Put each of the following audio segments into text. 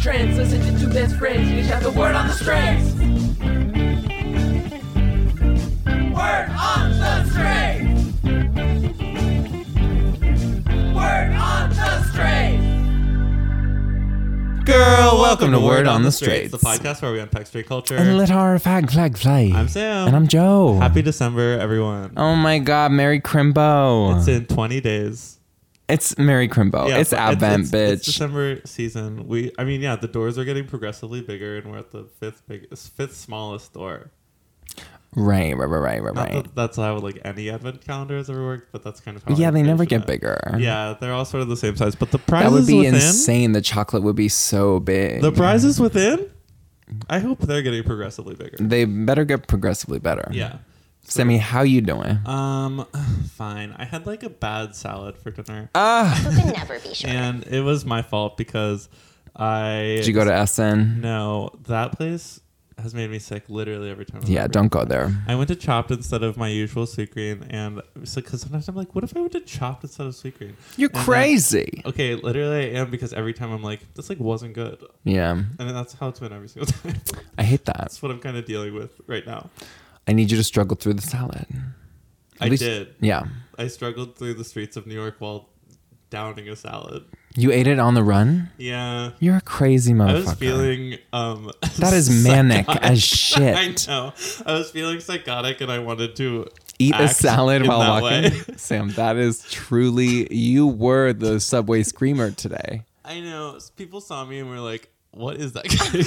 friends. Listen to two best friends. You shout the word on the strings. Word on the strings. Word on the strings. Girl, welcome to Word on the Straits, the podcast where we unpack straight culture. And let our fag flag fly. I'm Sam. and I'm Joe. Happy December, everyone. Oh my God, Merry Crimbo! It's It's, in 20 days. Merry Crimbo. Yeah, Uh-huh. Oh, it's but Advent, it's, bitch. It's December season. We, I mean, yeah, the doors are getting progressively bigger, and we're at the fifth biggest, fifth smallest door. right, right, right, right, right. Not right. that that's how like any advent calendar has ever worked, but that's kind of how. I yeah, they never envision get it. bigger. Yeah, they're all sort of the same size, but the that prizes would be within. insane. The chocolate would be so big. The prizes within. I hope they're getting progressively bigger. they better get progressively better. Yeah. Sammy, how you doing? Um, fine. I had like a bad salad for dinner. Ah, You can never be sure. and it was my fault because I did you go to Essen? no that place has made me sick literally every time. I've Yeah, ever- don't go there. I went to Chopped instead of my usual sweet green, and because sometimes I'm like, what if I went to Chopped instead of sweet green? You're And then- crazy. Uh-huh. okay, literally I am because every time I'm like, this like wasn't good, yeah, and then that's how it's been every single time. I hate that. that's what I'm kind of dealing with right now. I need you to struggle through the salad. At I least- did. Yeah. I struggled through the streets of New York while downing a salad. You ate it on the run? Yeah. You're a crazy motherfucker. I was feeling um that is manic psychotic. as I shit. know. I was feeling psychotic and I wanted to Eat a act salad in while that walking. way. Sam, that is truly you were the subway screamer today. I know. s- People saw me and were like, "What is that guy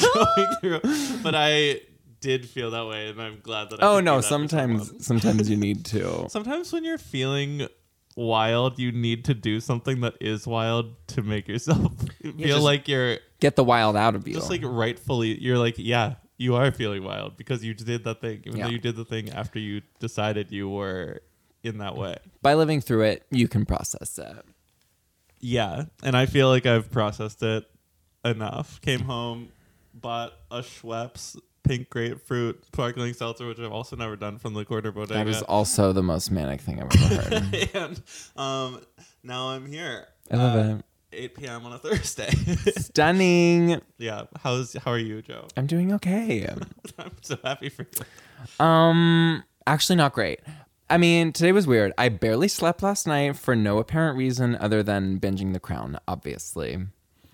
going through?" But I did feel that way and I'm glad that I Oh could no, do that for sometimes someone. sometimes you need to. Sometimes when you're feeling wild, you need to do something that is wild to make yourself feel just- like you're Get the wild out of you. just like rightfully you're like, "Yeah, you are feeling wild because you did that thing, even Yeah. though you did the thing after you decided you were in that way." By living through it, you can process it. Yeah, and I feel like I've processed it enough. Came home, bought a Schweppes pink grapefruit sparkling seltzer, which I've also never done from the corner bodega. That is also the most manic thing I've ever heard. and um, now I'm here. uh, I love at it. 8 p.m. on a Thursday. Stunning. yeah. How's how are you, Joe? I'm doing okay. I'm so happy for you. Um, actually, not great. I mean, today was weird. I barely slept last night for no apparent reason other than binging The Crown, obviously.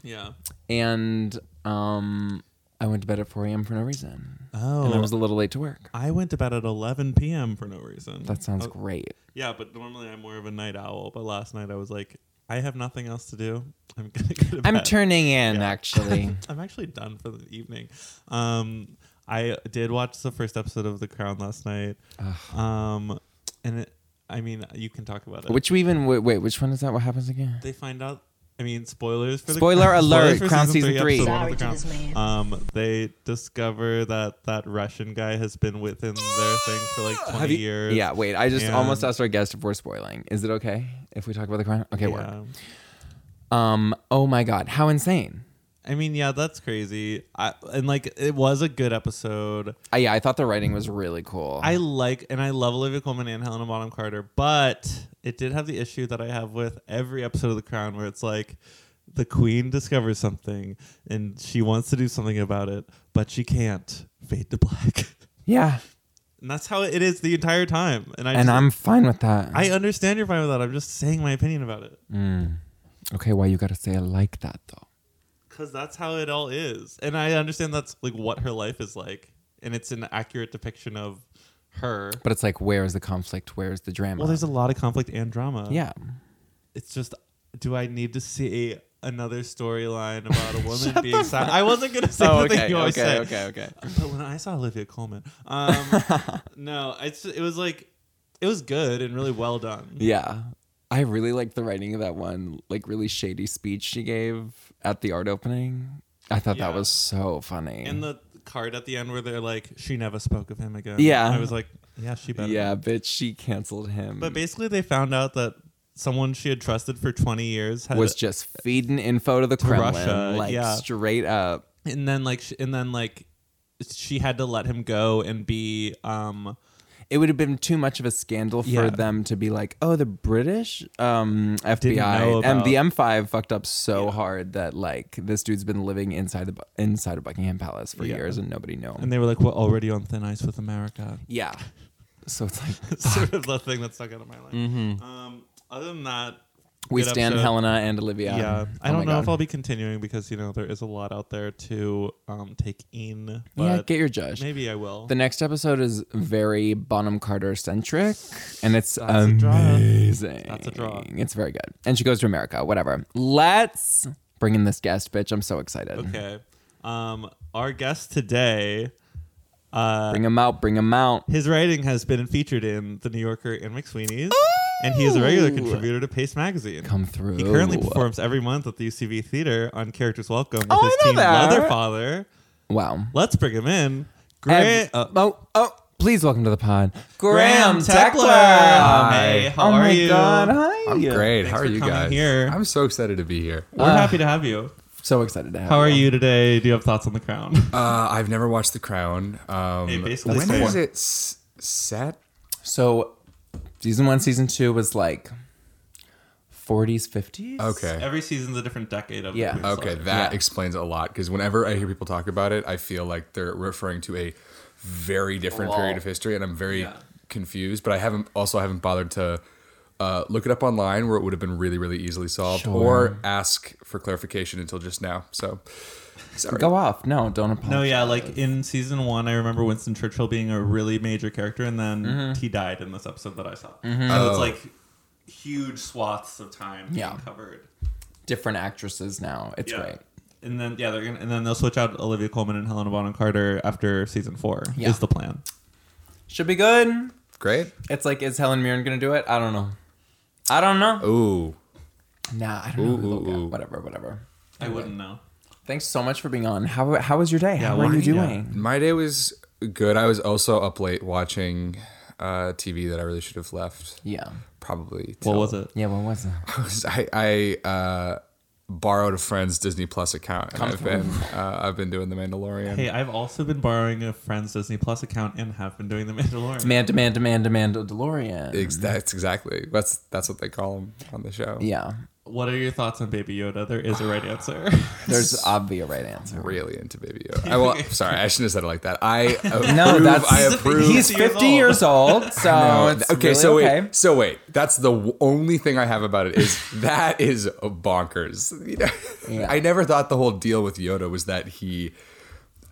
Yeah. And um, I went to bed at 4 a.m. for no reason. Oh. And I was a little late to work. I went to bed at 11 p.m. for no reason. That sounds Oh, great. Yeah, but normally I'm more of a night owl. But last night I was like, I have nothing else to do. I'm gonna go to I'm bed. turning in, actually. I'm actually done for the evening. Um, I did watch the first episode of The Crown last night. Um, and it, I mean, you can talk about it. which we even, wait, wait, which one is that? What happens again? they find out. I mean, spoilers for the Spoiler Crown- alert, Crown season three. episode one of The Sorry to this Crown. Um, they discover that that Russian guy has been within their thing for like 20 Have you- years. Yeah, wait. I just and- almost asked our guest if we're spoiling. Is it okay if we talk about The Crown? Okay, we're. Yeah. Um, oh my God. How insane. I mean, yeah, that's crazy. I, and like, it was a good episode. I, Uh, yeah, I thought the writing was really cool. I like and I love Olivia Colman and Helena Bonham Carter, but it did have the issue that I have with every episode of The Crown where it's like the queen discovers something and she wants to do something about it, but she can't. Fade to black. yeah, and that's how it is the entire time. And I and just- I'm fine with that. I understand you're fine with that. I'm just saying my opinion about it. Mm. okay, why you gotta say it like that though? Cuz that's how it all is. And I understand that's like what her life is like and it's an accurate depiction of her. But it's like, where is the conflict? Where is the drama? Well, there's a lot of conflict and drama. yeah. it's just do I need to see another storyline about a woman being silent? I wasn't gonna say the thing you always say, Oh, okay. but when I saw Olivia Coleman, um, no, it's it was like it was good and really well done. Yeah, I really liked the writing of that one, like really shady speech she gave at the art opening. I thought that Yeah. was so funny. And the card at the end where they're like, she never spoke of him again. Yeah. I was like, yeah, she better. yeah, bitch, she canceled him. but basically they found out that someone she had trusted for 20 years had was just feeding info to the Kremlin, Russia, like yeah. straight up. and then like sh- and then like she had to let him go and be um it would have been too much of a scandal for Yeah. them to be like, oh, the British um, know FBI and about- the M5 fucked up so hard that like this dude's been living inside the Bu- inside of Buckingham Palace for Yeah. years and nobody knew him. And they were like, we're already on thin ice with America. yeah, so it's like sort of the thing that stuck out of my life. Um, other than that, Mm-hmm. we good stand episode. Helena and Olivia. Yeah, I Oh don't my know if God. I'll be continuing because you know there is a lot out there to um, take in. yeah, but get your judge. maybe I will. The next episode is very Bonham Carter centric, and it's That's a draw. amazing. That's a draw. It's very good. And she goes to America. Whatever. Let's bring in this guest, bitch. I'm so excited. okay, um, our guest today, uh, Bring him out. Bring him out. his writing has been featured in The New Yorker and McSweeney's, and he is a regular Ooh. contributor to Pace Magazine. Come through. He currently performs every month at the UCB Theater on Characters Welcome with Oh, his I know team that. Leatherfather. Wow. Let's bring him in. Ev- Grant, uh, oh, oh, please welcome to the pod, Graham Tekler. Hey, how oh are my you? God. Hi. I'm great. Thanks How for are you coming guys? here. I'm so excited to be here. we're happy to have you. So excited to have. How are you? you today? Do you have thoughts on The Crown? Uh, I've never watched The Crown. Um, Hey, basically when same. is it s- set? So, season one, season two was like 40s, 50s. Okay. Uh, Every season's a different decade of Yeah. the Queen's Okay, life. that Yeah. explains a lot because whenever I hear people talk about it, I feel like they're referring to a very different Wow. period of history, and I'm very Yeah. confused. But I haven't also haven't bothered to uh, look it up online where it would have been really really easily solved, Sure. or ask for clarification until just now. So sorry. Go off. No, don't apologize. No, yeah, like in season one, I remember Winston Churchill being a really major character, and then Mm-hmm. he died in this episode that I saw. So Oh. it's like huge swaths of time Yeah. being covered. different actresses now. It's Yeah. great. And then yeah, they're gonna, and then they'll switch out Olivia Colman and Helena Bonham Carter after season four. Yeah. Is the plan? Should be good. Great. It's like, is Helen Mirren gonna do it? I don't know. I don't know. Ooh. Nah, I don't Ooh, know. who they'll ooh, get. ooh. Whatever, whatever. I wouldn't know. Thanks so much for being on. How how was your day? how why- are you yeah. doing? My day was good. I was also up late watching uh, TV that I really should have left. Yeah. Probably. What till- was it? Yeah. What was it? I, I uh, borrowed a friend's Disney Plus account. And I've been uh, I've been doing The Mandalorian. Hey, I've also been borrowing a friend's Disney Plus account and have been doing The Mandalorian. Man, demand, demand, demand, DeLorean. Ex- that's exactly that's that's what they call them on the show. Mm-hmm. yeah. What are your thoughts on Baby Yoda? There is a right answer. There's obvious right answer. Really into Baby Yoda. I, well, sorry, I shouldn't have said it like that. I approve, No, that's I approve. He's 50 years old, so No, Oh, it's okay, really so wait, okay. so wait. That's the w- only thing I have about it is that is bonkers. You know? Yeah. I never thought the whole deal with Yoda was that he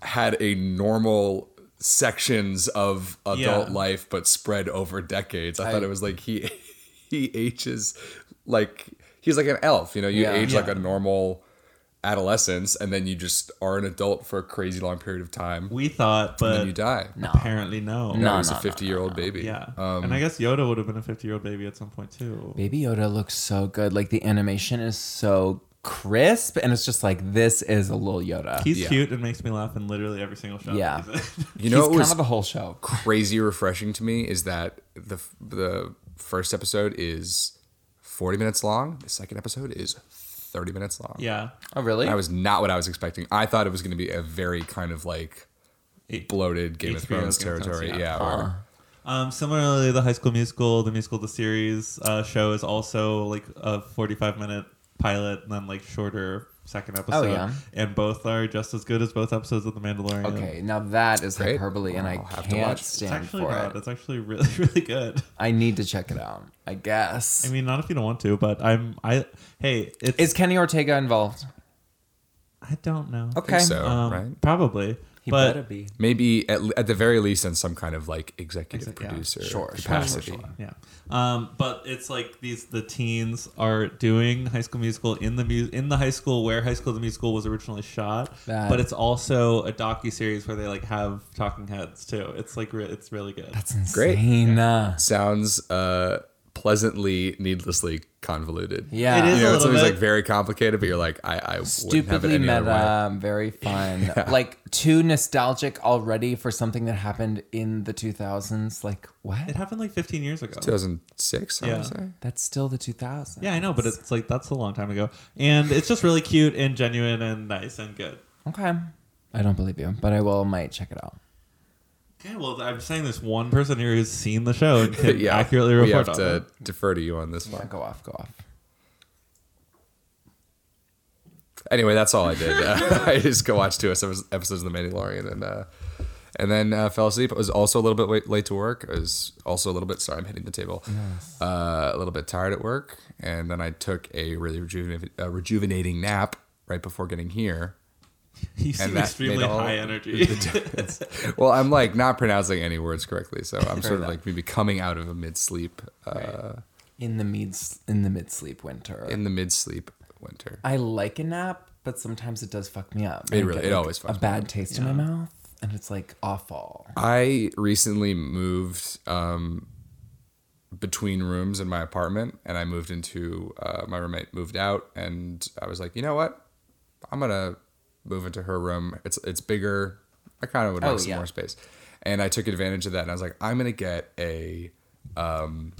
had a normal sections of adult Yeah. life, but spread over decades. I, thought it was like he he ages like he's like an elf. You know, you Yeah. age like Yeah. a normal adolescence, and then you just are an adult for a crazy long period of time, we thought, but and you die. uh, No. apparently no. No, No, was no, a no, fifty-year-old baby. Yeah. Um, and I guess Yoda would have been a 50 year old baby at some point too. Baby Yoda looks so good. Like the animation is so crisp, and it's just like this is a little Yoda. He's Yeah. cute and makes me laugh in literally every single shot. Yeah. that he's in. you know, He's it was kind of the whole show. crazy refreshing to me is that the the first episode is 40 minutes long. The second episode is 30 minutes long. yeah. Oh, really? That was not what I was expecting. I thought it was going to be a very kind of like bloated Game of HBO Thrones Game of Thrones, territory. yeah. yeah. Ah. or- Um, similarly, the High School Musical, the musical, the series uh, show is also like a 45 minute pilot and then like shorter second episode. Oh, yeah. And both are just as good as both episodes of The Mandalorian. okay, now that is Great. hyperbole, and I I'll have to can't watch. It's It's stand actually for not. it. It's actually really, really good. I need to check it out. I guess. I mean, not if you don't want to, but I'm. I hey, it's. is Kenny Ortega involved? I don't know. I think Okay. so, Um, right? Probably. He but better be. Maybe at, at the very least in some kind of like executive Exec- yeah. producer Sure, sure, capacity. Yeah. Um, but it's like these the teens are doing High School Musical in the mu- in the high school where High School the Musical was originally shot. That- But it's also a docu series where they like have talking heads too. It's like re- it's really good. That's insane. Great. Yeah. Sounds uh, pleasantly needlessly convoluted. Yeah. It is You know, a it's little always bit. like very complicated, but you're like, I, I wouldn't have it Stupidly any other way. meta, very fun. Like too nostalgic already for something that happened in the 2000s. Like it what? happened like 15 years ago. 2006, I Yeah. would say. That's still the 2000s. Yeah, I know, but it's like that's a long time ago, and it's just really cute and genuine and nice and good. Okay. I don't believe you, but I will might check it out. Okay, well, I'm saying this one person here who's seen the show and can yeah, accurately we report have on to it. defer to you on this one. go off, go off. Anyway, that's all I did. Uh, I just go watch two episodes episodes of The Mandalorian and uh, and then uh, fell asleep. I was also a little bit wait, late to work. I was also a little bit sorry. I'm hitting the table. Uh, a little bit tired at work, and then I took a really rejuven- uh, rejuvenating nap right before getting here. You seem that extremely made all high energy. Well, I'm like not pronouncing any words correctly, so I'm sort of like maybe coming out of a mid sleep uh, In the mid in the mid sleep winter. in the mid sleep winter. I like a nap, but sometimes it does fuck me up. I It really- get, it like, always fucks a me bad taste in my mouth, and it's like awful. I recently moved um, between rooms in my apartment, and I moved into uh, my roommate moved out, and I was like, you know what, I'm gonna move into her room. It's it's bigger. I kind of would like Oh, some yeah. more space, and I took advantage of that, and I was like, I'm gonna get a um,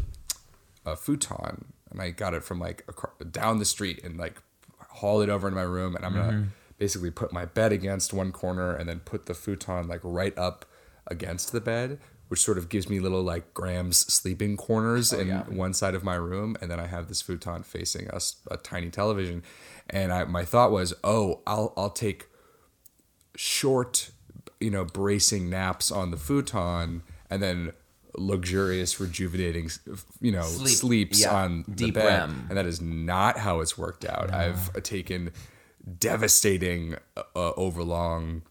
a futon, and I got it from like acro- down the street, and like haul it over into my room, and I'm gonna basically put my bed against one corner, and then put the futon like right up against the bed. Which sort of gives me little like Graham's sleeping corners in yeah. one side of my room, and then I have this futon facing us, a tiny television, and I my thought was, oh, I'll I'll take short, you know, bracing naps on the futon, and then luxurious, rejuvenating, you know, Sleep. sleeps Yeah. on the Deep bed. REM. And that is not how it's worked out. I've taken devastating, uh, uh, overlong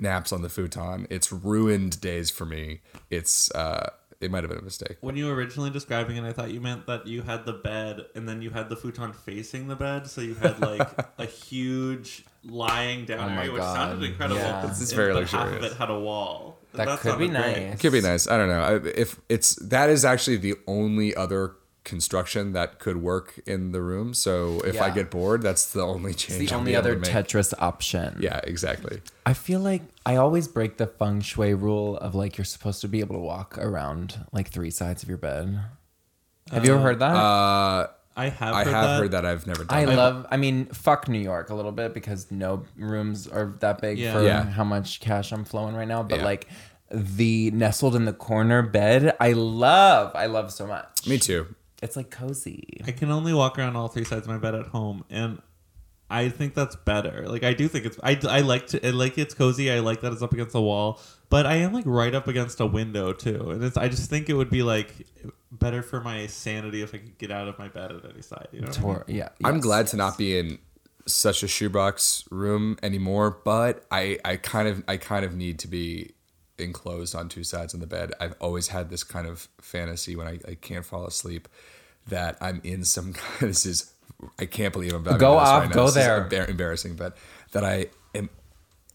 naps on the futon. It's ruined days for me. It's uh, it might have been a mistake. when you were originally describing it, I thought you meant that you had the bed and then you had the futon facing the bed, so you had like a huge lying Oh down my area, which God. sounded incredible. Yeah. but- This is very but half of luxurious. it had a wall. That That's could be not great. nice. It could be nice. I don't know. I- If it's that is actually the only other construction that could work in the room. So if I Yeah. get bored, that's the only change. It's the I'll only be able other to make. Tetris option. Yeah, exactly. I feel like I always break the feng shui rule of like you're supposed to be able to walk around like three sides of your bed. Have Uh, you ever heard that? I have. I Heard have that. heard that. I've never done. I that. love. I mean, fuck New York a little bit because no rooms are that big Yeah. for Yeah. how much cash I'm flowing right now. But Yeah. like the nestled in the corner bed, I love. I love so much. Me too. It's like cozy. I can only walk around all three sides of my bed at home, and I think that's better. Like I do think it's I, I like to I like it's cozy. I like that it's up against the wall, but I am like right up against a window too, and it's I just think it would be like better for my sanity if I could get out of my bed at any side. You know, Tor- yeah, I'm yes, glad yes. to not be in such a shoebox room anymore, but I, I kind of I kind of need to be enclosed on two sides in the bed. I've always had this kind of fantasy when I, I can't fall asleep that I'm in some kind this is I can't believe I'm about Go this off, right now. go This is there. embar- embarrassing, but that I am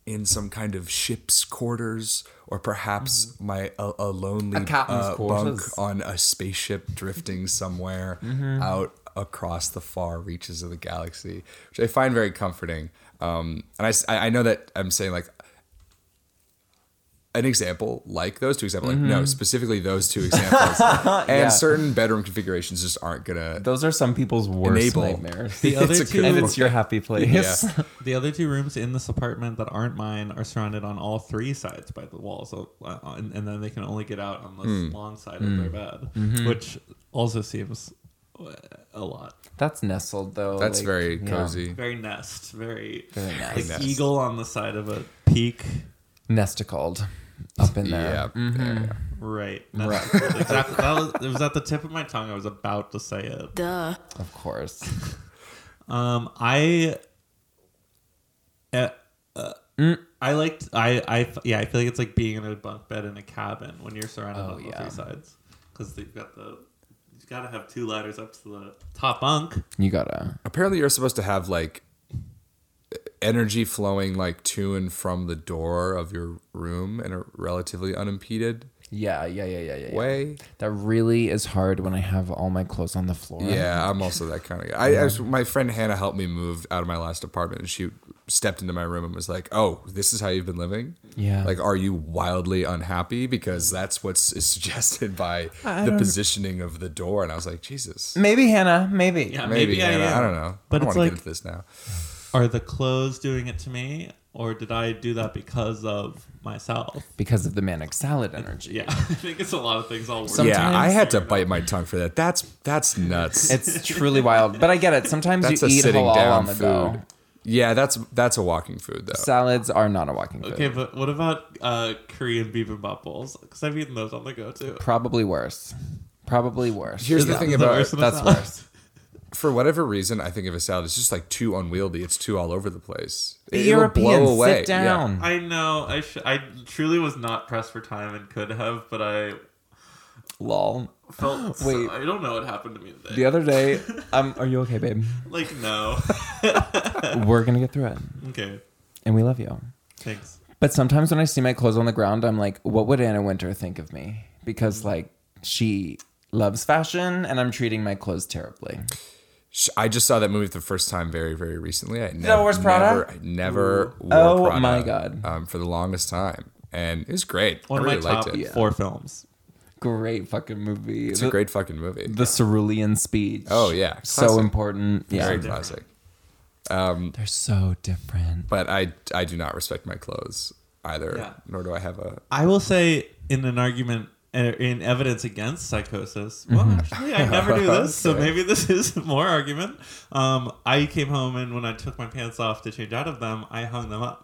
in some kind of ship's quarters or perhaps my a, a lonely Mm-hmm. A captain's uh, bunk quarters. Mm-hmm. on a spaceship drifting somewhere out across the far reaches of the galaxy, which I find very comforting. Um, and I s- I, I know that I'm saying like an example like those two examples, like no, specifically those two examples, and Mm-hmm. Yeah. certain bedroom configurations just aren't gonna Those are some people's worst enable nightmares. The other It's a two- and good- it's your happy place. Yeah. The other two rooms in this apartment that aren't mine are surrounded on all three sides by the wall, so uh, and, and then they can only get out on the long side of their bed, which also seems uh, a lot. That's nestled though. That's like, very yeah. cozy. Very nest, very, Very like nest. Nest. eagle on the side of a peak. Nesticled up in there. Yeah, yeah, yeah. Mm-hmm. Right. Nest. exactly. That was, it was at the tip of my tongue. I was about to say it. Duh. Of course. Um, I, uh, uh, I liked. I, I, yeah. I feel like it's like being in a bunk bed in a cabin when you're surrounded Oh, on all yeah. three sides because they've got the. You've got to have two ladders up to the top bunk. You gotta. apparently you're supposed to have like energy flowing like to and from the door of your room in a relatively unimpeded Yeah, yeah, yeah, yeah, yeah. yeah. way That really is hard when I have all my clothes on the floor. yeah i'm also that kind of guy I, I was- my friend hannah helped me move out of my last apartment and she stepped into my room and was like oh this is how you've been living Yeah. like are you wildly unhappy because that's what's is suggested by I the don't- positioning of the door and i was like jesus Maybe Hannah. Maybe. Yeah, maybe, maybe, I Hannah, am. I, don't know But i don't it's want to like- get into this now Are the clothes doing it to me, or did I do that because of myself? because of the manic salad energy. Yeah, I think it's a lot of things all work. Some- yeah, I Sometimes- had to bite my tongue for that. That's that's nuts. It's truly wild, but I get it. Sometimes that's you a eat sitting halal down on the food. go. Yeah, that's that's a walking food though. Salads are not a walking food. Okay, but what about uh, Korean bibimbap bowls? Because I've eaten those on the go too. Probably worse. Probably worse. Here's the Is thing that about worse than that's salad? worse. for whatever reason, I think of a salad. It's just like too unwieldy. It's too all over the place. the It will European, blow away. sit Yeah. down. I know. I sh- I truly was not pressed for time and could have, but I Lol. felt. Wait. I don't know what happened to me today. The other day, um, are you okay, babe? like no. We're gonna get through it, okay, and we love you. thanks. But sometimes when I see my clothes on the ground, I'm like, what would Anna Winter think of me? Because like she loves fashion, and I'm treating my clothes terribly. Sh- I just saw that movie for the first time very, very recently. I that never, where's Prada? Never, I never wore Oh Prada, my God. Um, for the longest time, and it was great. One I really of my top liked it. four films. Great fucking movie. It's a great fucking movie. the cerulean speech. Oh, yeah. so Classic. important. Yeah, Very different. classic. they're so different. But I, I do not respect my clothes either. Yeah. Nor do I have a. I will say in an argument er, in evidence against psychosis. Well, actually, I never do this, so Okay. maybe this is more argument. Um, I came home and when I took my pants off to change out of them, I hung them up,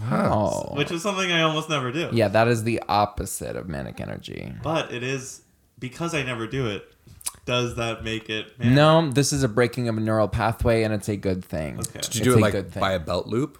Oh, which is something I almost never do. yeah, that is the opposite of manic energy. But it is because I never do it. Does that make it? Man, No, this is a breaking of a neural pathway, and it's a good thing. Okay. Did It's you do it a good like thing. by a belt loop?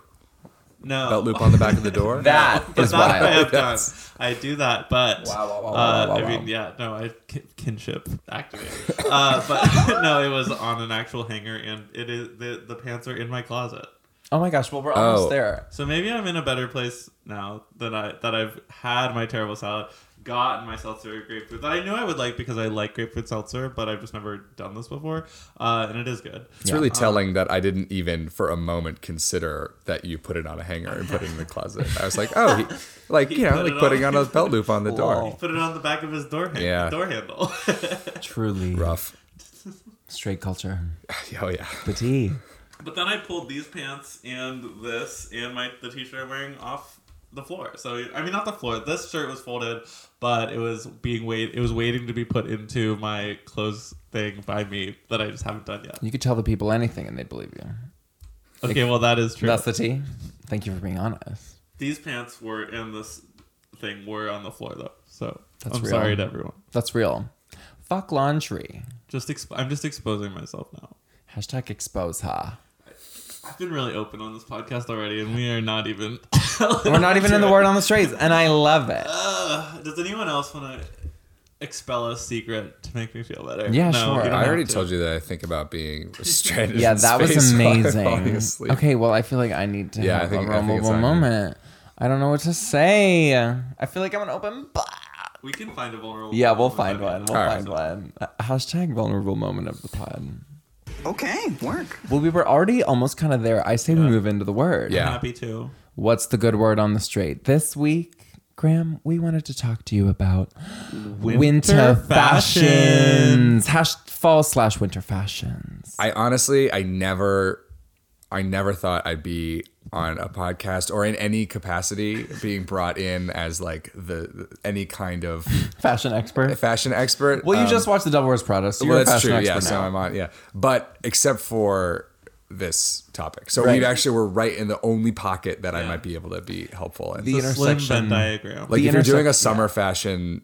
no. Belt loop on the back of the door? That But is that I wild. have done. I do that, but Wow, wow, wow, uh, wow, wow, I mean, wow. yeah, no, I kin- kinship activated. uh, but no, it was on an actual hanger, and it is the the pants are in my closet. Oh my gosh, well, we're almost Oh. there. So maybe I'm in a better place now than I that I've had my terrible salad, gotten my seltzer grapefruit that I knew I would like because I like grapefruit seltzer, but I've just never done this before, uh, and it is good. It's really telling that I didn't even for a moment consider that you put it on a hanger and put it in the closet. I was like, oh, he, like you know, put like it putting on- on a belt loop on the door. Lol. Put it on the back of his door, hand- Yeah. door handle. Truly Rough. straight culture. Oh yeah. The tea. But then I pulled these pants and this and my the t-shirt I'm wearing off the floor. So I mean, not the floor. This shirt was folded, but it was being wait. It was waiting to be put into my clothes thing by me that I just haven't done yet. You could tell the people anything, and they believe you. Okay, well that is true. That's the tea. Thank you for being honest. These pants were and this thing were on the floor though. So That's I'm real. sorry to everyone. That's real. Fuck laundry. Just exp- I'm just exposing myself now. Hashtag expose ha. I've been really open on this podcast already, and we are not even. We're not even in the word on the streets, and I love it. Ugh, does anyone else want to expel a secret to make me feel better? Yeah, no, sure. you don't I have already to. told you that I think about being stranded. Yeah, in that was space while- amazing. while you're asleep. Okay, well, I feel like I need to Yeah, I have think- a I think it's vulnerable on you. moment. I don't know what to say. I feel like I'm an open book. We can find a vulnerable. Yeah, we'll find one. We'll All right. find one. Uh, Hashtag vulnerable moment of the pod. Okay, work. Well, we were already almost kind of there. I say we move into the word. Yeah. I'm happy to. What's the good word on the street this week? Graham, we wanted to talk to you about winter, fashions. Hash fall slash winter fashions. I honestly, I never, I never thought I'd be on a podcast or in any capacity being brought in as like the any kind of Fashion expert. fashion expert. Well, you Um, just watched The Devil Wears Prada, so you're well, a that's fashion true. expert Yeah, now. so I'm on. Yeah, but except for this topic, so Right. we actually were right in the only pocket that I Yeah. might be able to be helpful in. The The slim intersection- Venn diagram. like the if you're doing a intersect- summer fashion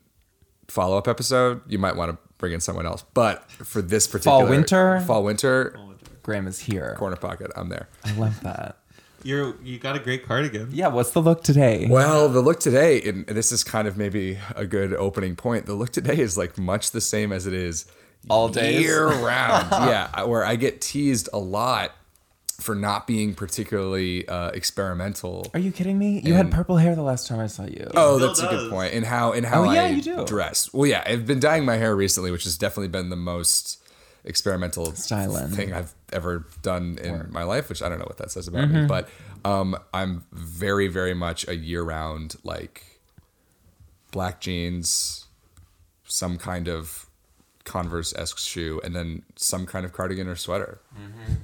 follow up episode, you might want to bring in someone else. But for this particular winter? fall winter Graham is here. corner pocket, I'm there. I love that. You're you got a great cardigan. Yeah, what's the look today? Well, the look today, and this is kind of maybe a good opening point. The look today is like much the same as it is All days? year round. yeah, I- where I get teased a lot for not being particularly uh, experimental. Are you kidding me? You had And- purple hair the last time I saw you. Oh, Still that's a does. good point. And how and how Oh, yeah, I you do. dress. Well, yeah, I've been dyeing my hair recently, which has definitely been the most experimental Styling. thing I've ever done in my life. Which I don't know what that says about Mm-hmm. me, but um, I'm very, very much a year-round like black jeans, some kind of Converse-esque shoe, and then some kind of cardigan or sweater,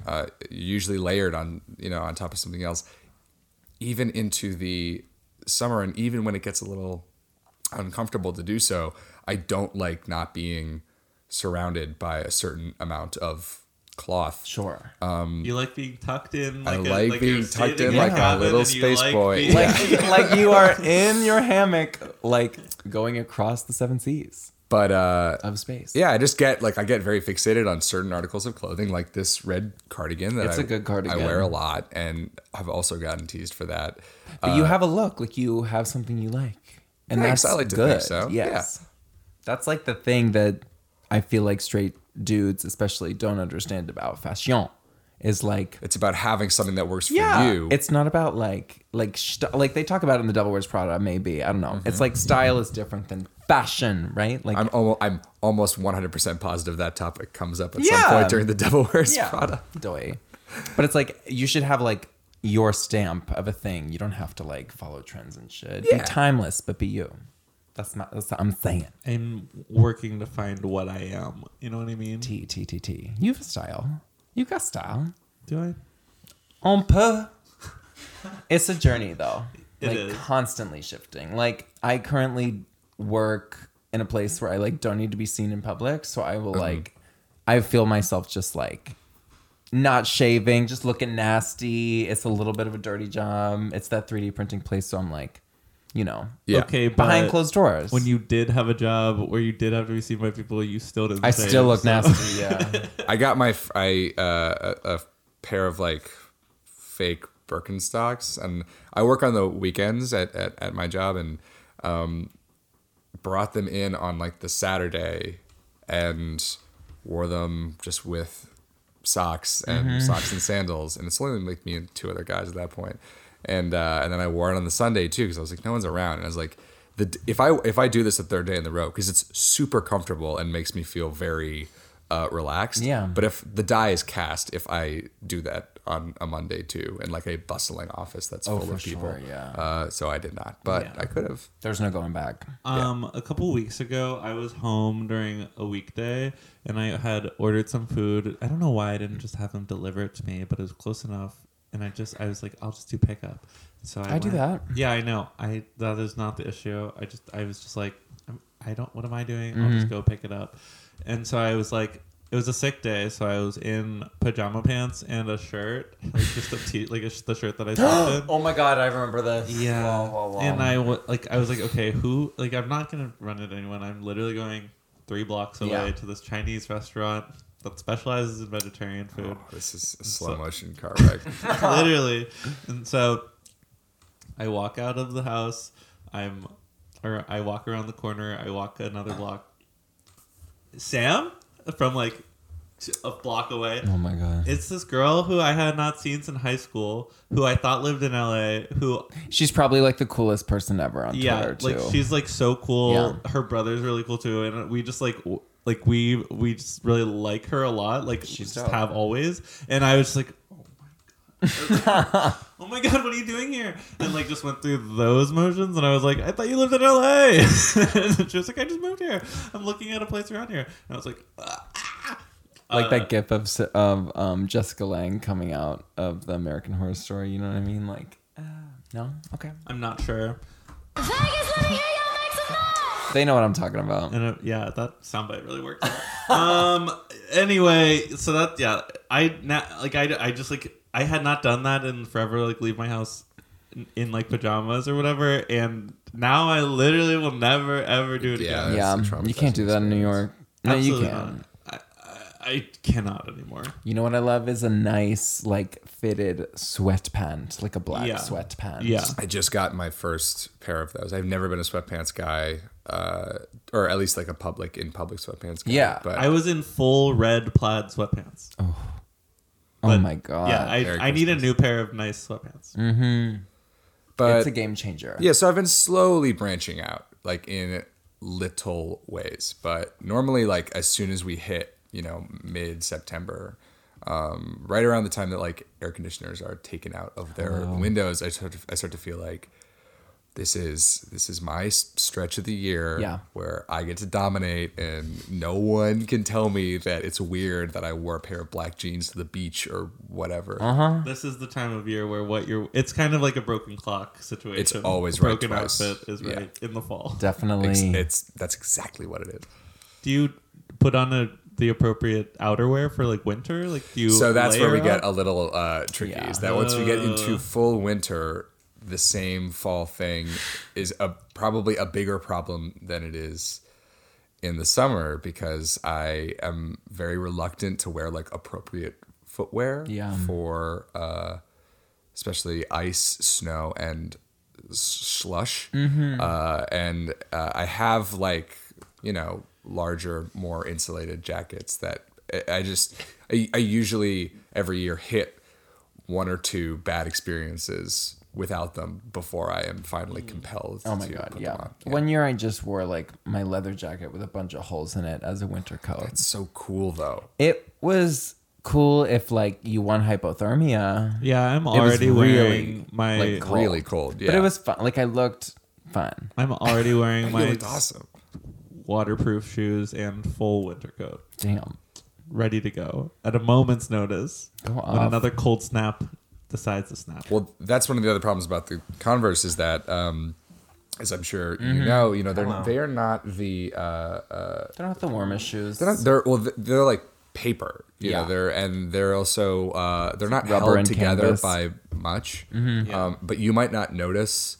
uh, usually layered on you know on top of something else. even into the summer and even when it gets a little uncomfortable to do so, I don't like not being surrounded by a certain amount of cloth. Sure. Oh. You like being tucked in. Mm. I Like a- like like being you're sitting tucked in your like a cabin little and you space like boy. being- Yeah. like, like you are in your hammock, like going across the seven seas But uh of space. yeah, I just get like I get very fixated on certain articles of clothing, like this red cardigan that It's I- a good cardigan. I wear a lot, and I've also gotten teased for that. But Uh, you have a look, like you have something you like, and Thanks, that's I like to think good. so. Yes, that's like the thing that I feel like straight dudes, especially, don't understand about fashion. Is like It's about having something that works for you. It's not about like like st- like they talk about it in the Devil Wears Prada. Maybe I don't know. It's like style is different than fashion, right? Like Mm-hmm. I'm almost I'm almost 100% positive that topic comes up at Yeah. some point during the Devil Wears yeah, Prada. doy. But it's like you should have like your stamp of a thing. You don't have to like follow trends and shit. Be Yeah. timeless, but be you. That's not. That's what I'm saying. I'm working to find what I am. You know what I mean? T T T T. You've a style. You got style. Do I? On peut. It's a journey though. It like is. constantly shifting. Like I currently work in a place where I like don't need to be seen in public, so I will Uh-huh. like I feel myself just like not shaving, just looking nasty. It's a little bit of a dirty job. It's that 3D printing place, so I'm like, you know, Yeah. Okay, but behind closed doors. When you did have a job where you did have to be seen by people, you still didn't. I say still it, look so- nasty, yeah. I got my f- I uh, a, a pair of like fake Birkenstocks, and I work on the weekends at at, at my job, and um, brought them in on like the Saturday, and wore them just with socks and Mm-hmm. socks and sandals, and it's only like me and two other guys at that point, and uh, and then I wore it on the Sunday too because I was like no one's around, and I was like. The, d- if I if I do this the third day in the row because it's super comfortable and makes me feel very uh, relaxed. Yeah. But if the die is cast, if I do that on a Monday too, in like a bustling office that's full Oh, for of people, sure, yeah. Uh, so I did not, but Yeah. I could have. There's no going back. Um, a couple weeks ago, I was home during a weekday, and I had ordered some food. I don't know why I didn't just have them deliver it to me, but it was close enough, and I just I was like, I'll just do pickup. So I, I do went- that. Yeah, I know. I that is not the issue. I just I was just like, I'm, I don't. What am I doing? I'll Mm-hmm. just go pick it up. And so I was like. It was a sick day, so I was in pajama pants and a shirt, like just a t- like a, sh- the shirt that I slept in. Oh my god, I remember this. Yeah. Wow, wow, wow. And I wa- like I was like, okay, who like I'm not gonna run at anyone. I'm literally going three blocks away Yeah. to this Chinese restaurant that specializes in Mediterranean food. Oh, This is a slow motion car wreck. literally. And so I walk out of the house, I'm or I walk around the corner, I walk another block. Sam from like t- a block away. Oh my god. It's this girl who I had not seen since high school, who I thought lived in LA, who She's probably like the coolest person ever on yeah, Twitter too. like she's like so cool. Yeah. Her brother's really cool too, and we just like w- like we we just really like her a lot. Like she's just dope. have always, and I was just like. "Oh my God." Oh my god, what are you doing here? And like just went through those motions and I was like, I thought you lived in LA. and she was like, I just moved here. I'm looking at a place around here. And I was like, "Ah." like uh, that gif of S- of um, Jessica Lang coming out of the American Horror Story. You know what I mean? Like, uh, no, okay, I'm not sure. Vegas, let me hear y'all make some noise! they know what I'm talking about. And uh, yeah, that soundbite really worked. um. Anyway, so that yeah, I now like I I just like I had not done that in forever. Like leave my house in, in like pajamas or whatever, and now I literally will never ever do it Yeah. again. That's Yeah, um, a you can't do that in New York. No, you Absolutely can. not. I, I, I cannot anymore. You know what I love is a nice like fitted sweat pant, like a black Yeah. sweat pant. Yeah. I just got my first pair of those. I've never been a sweatpants guy, uh, or at least like a public in public sweatpants guy. Yeah, but I was in full red plaid sweatpants. Oh But, my god. yeah, Merry I, I need a new pair of nice sweatpants. Mm. but it's a game changer. Yeah, so I've been slowly branching out, like in little ways. But normally, like as soon as we hit, you know, mid September, um, right around the time that like air conditioners are taken out of their windows, I start to, I start to feel like, this is this is my s- stretch of the year Yeah. where I get to dominate, and no one can tell me that it's weird that I wore a pair of black jeans to the beach or whatever. This is the time of year where what you're it's kind of like a broken clock situation. It's always right broken twice. outfit is Yeah. right in the fall. Definitely. It's, it's that's exactly what it is. Do you put on a the appropriate outerwear for like winter? Like do you So that's where we layer get up? a little uh, tricky. Is Yeah. that once we get into full winter, the same fall thing is a probably a bigger problem than it is in the summer because I am very reluctant to wear like appropriate footwear Yeah. for uh, especially ice, snow, and s- slush. Uh, and uh, I have like you know larger, more insulated jackets that I- I just I, I usually every year hit one or two bad experiences without them before I am finally compelled. oh my to god, put them yeah. on. One year I just wore like my leather jacket with a bunch of holes in it as a winter coat. It's so cool though. It was cool if like you won hypothermia. Yeah, I'm was already really, wearing my like, Cold. Really cold. Yeah. But it was fun. Like I looked fun. I'm already wearing You my looked awesome. waterproof shoes and full winter coat. Damn. ready to go at a moment's notice Go when off. another cold snap decides to snap. Well, that's one of the other problems about the Converse is that, um, as I'm sure Mm-hmm. you know, you know they're they are not the uh, They're not the warmest shoes. they're not they're well th- they're like paper, you Yeah. know they're and they're also uh, they're not Rubber held and together canvas. by much, um, but you might not notice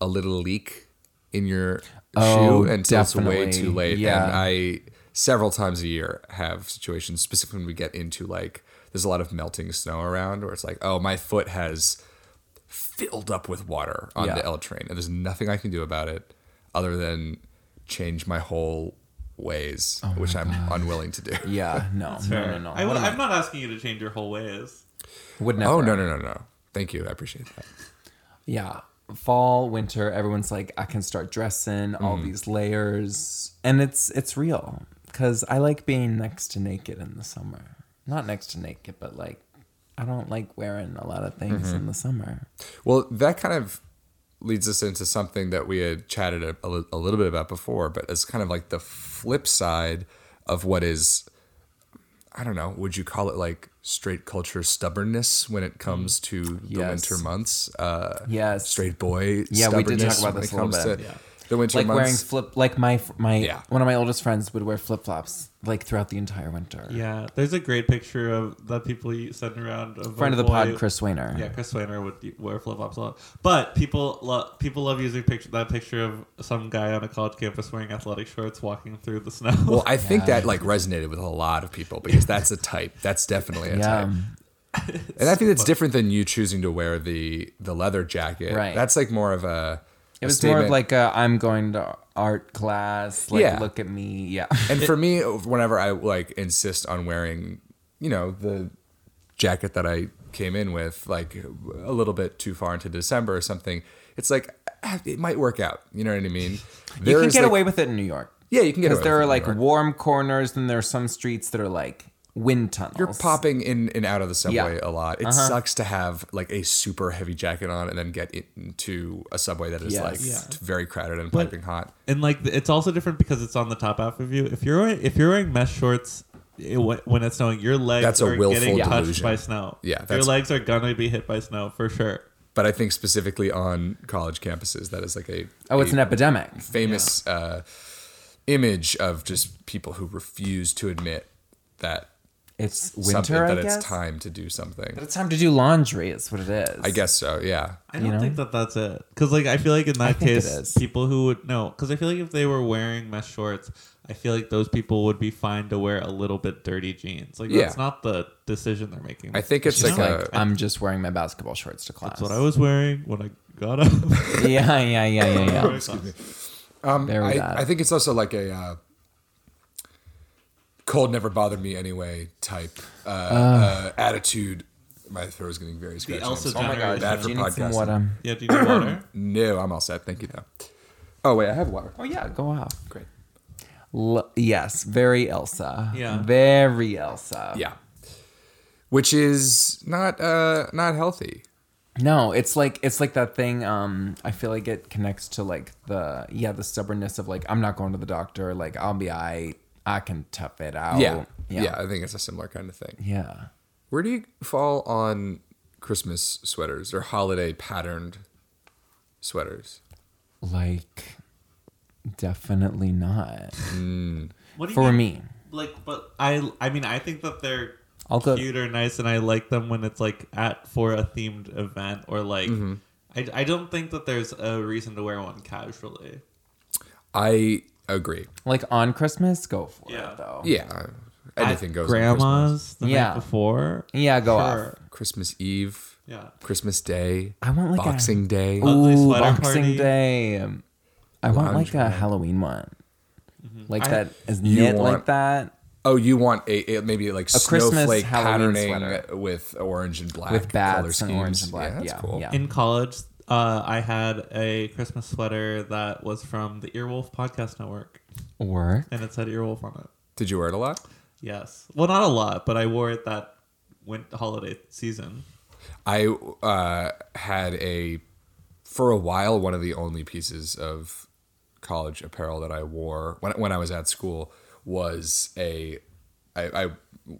a little leak in your Oh, shoe until definitely. it's way too late. Yeah. And I several times a year have situations, specifically when we get into like there's a lot of melting snow around where it's like, oh, my foot has filled up with water on Yeah. the L train, and there's nothing I can do about it other than change my whole ways, which I'm unwilling to do. Oh yeah, no, no, no, no. I, What am am not asking you to change your whole ways. Would never. Oh no no no no! Thank you, I appreciate that. Yeah. Fall, winter, everyone's like, I can start dressing all Hmm. these layers. And it's it's real. Cause I like being next to naked in the summer. Not next to naked, but like I don't like wearing a lot of things Mm-hmm. in the summer. Well, that kind of leads us into something that we had chatted a, a li- a little bit about before, but it's kind of like the flip side of what is, I don't know, would you call it like straight culture stubbornness when it comes to the Yes. winter months? Uh, Yes. Straight boy. Yeah, we did talk stubbornness about this when it a little comes bit. to Yeah. The winter like wearing months. flip like my my Yeah. one of my oldest friends would wear flip flops like throughout the entire winter. Yeah, there's a great picture of that people you send around. Of Friend of a the pod, boy- Chris Weiner. Yeah, Chris Weiner would wear flip flops a lot, but people love people love using picture that picture of some guy on a college campus wearing athletic shorts walking through the snow. well, I think that like resonated with a lot of people because that's a type. That's definitely a Yeah. type. And I think that's different than you choosing to wear the the leather jacket. Right. That's like more of a. It a was more of statement. like i I'm going to art class, like Yeah. look at me. Yeah. And for me, whenever I like insist on wearing, you know, the jacket that I came in with, like a little bit too far into December or something, it's like ah, it might work out. You know what I mean? you can There's, get like- away with it in New York. Yeah, you can get away because there with it are in like New York. warm corners, and there are some streets that are like wind tunnels. You're popping in and out of the subway Yeah. Uh-huh. a lot. It sucks to have like a super heavy jacket on and then get into a subway that is Yes. like Yeah. t- very crowded and piping hot. and like it's also different because it's on the top half of you. If you're wearing- if you're wearing mesh shorts it, when it's snowing, your legs That's a are willful getting touched delusion. by snow. Yeah, your that's- legs are gonna be hit by snow for sure. But I think specifically on college campuses, that is like a Oh, it's a- an epidemic. famous uh, image of just people who refuse to admit that It's something winter. I that guess. it's time to do something. It's time to do laundry. It's what it is. I guess so. Yeah. I don't know? think that that's it. Because like I feel like in that think it case, is. people who would no, because I feel like if they were wearing mesh shorts, I feel like those people would be fine to wear a little bit dirty jeans. Like Yeah. that's not the decision they're making. I think it's Just like, uh, like, a. I'm just wearing my basketball shorts to class. that's what I was wearing when I got up. yeah, yeah, yeah, yeah, Oh yeah. Excuse me. Um, Very bad. I, I think it's also like a uh, cold never bothered me anyway type uh, uh, attitude. My throat is getting very scratchy. Elsa I'm so- my God, bad for Do you need some podcasting. water? Yeah, do you need water? No, I'm all set. Thank you, though. Oh, wait, I have water. Oh yeah, go off. Great. L- yes, very Elsa. Yeah. very Elsa. Yeah. Which is not uh, not healthy. No, it's like it's like that thing. Um, I feel like it connects to like the yeah the stubbornness of like I'm not going to the doctor. Like I'll be I I can tough it out. yeah. Oh, yeah. yeah, I think it's a similar kind of thing. yeah. Where do you fall on Christmas sweaters or holiday patterned sweaters? Like definitely not What do you for mean? me. Like, but I, I mean, I think that they're I'll go- cute or nice, and I like them when it's like at for a themed event or like. Mm-hmm. I, I don't think that there's a reason to wear one casually. I agree. Like on Christmas, go for Yeah. it though. Yeah. Anything At goes. on Grandma's the Yeah. night before. yeah, go off. Sure. Christmas. Christmas Eve, Yeah. Christmas Day, I want like a- Boxing Day. Ugly Ooh, sweater Boxing party. Day. I want like a Lingerie. Halloween one, like I- that is You knit want- like that Oh, you want a, a maybe like Christmas snowflake Halloween patterning sweater. with orange and black with color bats schemes. and orange and black. Yeah, that's cool. yeah. In college, uh, I had a Christmas sweater that was from the Earwolf Podcast Network, Work. and it said Earwolf on it. Did you wear it a lot? Yes. Well, not a lot, but I wore it that went holiday season. I uh, had a for a while one of the only pieces of college apparel that I wore when when I was at school was a I, I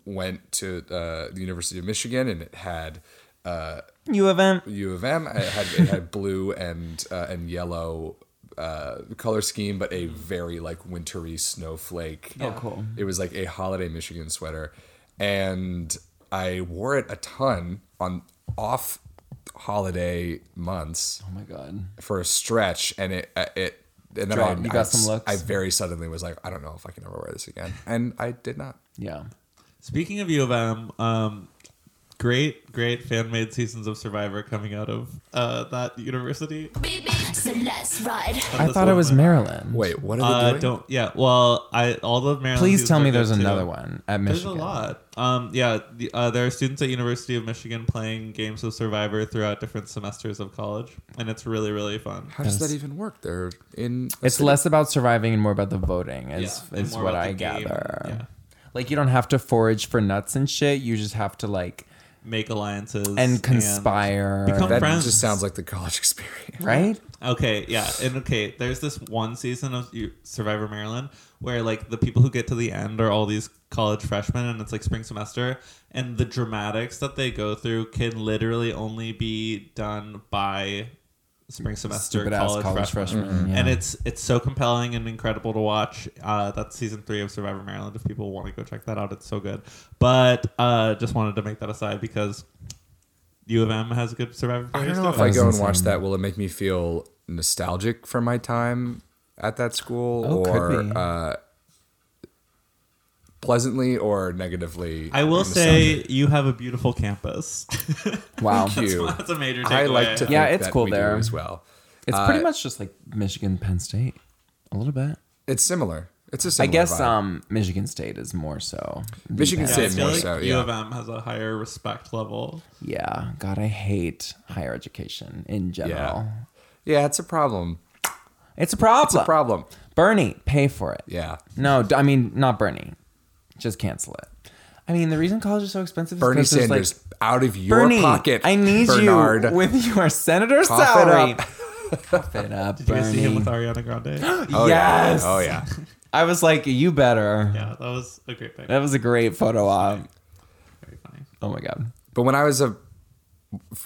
went to uh, the University of Michigan and it had uh, U of M. U of M. It had it had blue and uh, and yellow uh, color scheme, but Mm. a very like wintry snowflake. Oh, cool. It was like a holiday Michigan sweater, and I wore it a ton on off holiday months Oh my god. for a stretch, and it uh, it. And then Right, I, you got I- some looks. I very suddenly was like, I don't know if I can ever wear this again, and I did not. Yeah. Speaking of U of M, um, great, great fan made seasons of Survivor coming out of uh, that university. Beep, beep. So let's ride. I thought it was Maryland. Wait, what are they Uh, doing? don't yeah. Well, I all the Maryland. Please seasons tell are me good, there's too. another one at Michigan. There's a lot. Um, yeah, the, uh, there are students at University of Michigan playing games of Survivor throughout different semesters of college, and it's really really fun. How does that even work? They're in. a It's city. less about surviving and more about the voting. Is Yeah, and is more what about I the game. gather. Yeah. Like you don't have to forage for nuts and shit. You just have to like Make alliances and conspire. become That friends. just sounds like the college experience. right? Okay, yeah, and okay. There's this one season of U- Survivor Maryland where like the people who get to the end are all these college freshmen, and it's like spring semester, and the dramatics that they go through can literally only be done by spring semester Stupid ass college, college freshmen, freshmen. yeah. and it's it's so compelling and incredible to watch. Uh, that's season three of Survivor Maryland. If people want to go check that out, it's so good. But uh, just wanted to make that aside because U of M has good Survivor. I players don't know too. if I was go and watch insane. that. Will it make me feel nostalgic for my time at that school, Oh, could or be. uh, pleasantly or negatively? I will say nostalgic? you have a beautiful campus. Wow. Thank you. That's a major takeaway. I like to. Yeah, think it's that cool we do there. as well. It's Uh, pretty much just like Michigan, Penn State, a little bit. It's similar. It's a I similar. guess vibe. um, Michigan State is more so. the Michigan best. Yeah, I State feel more like so, U yeah. of M has a higher respect level. Yeah. God, I hate higher education in general. Yeah, it's a problem. It's a problem. It's a problem. Bernie, pay for it. Yeah. No, d- I mean not Bernie. Just cancel it. I mean the reason college is so expensive is Bernie 'cause there's, Sanders Like, out of your Bernie, pocket. I need Bernard. you with your senator Cough it salary. up. Cough it up, Did you guys see him Bernie. with Ariana Grande? Oh, yeah. yes. Oh yeah. I was like, you better. yeah, that was a great thing. That was a great photo op. Very funny. Oh my god. But when I was a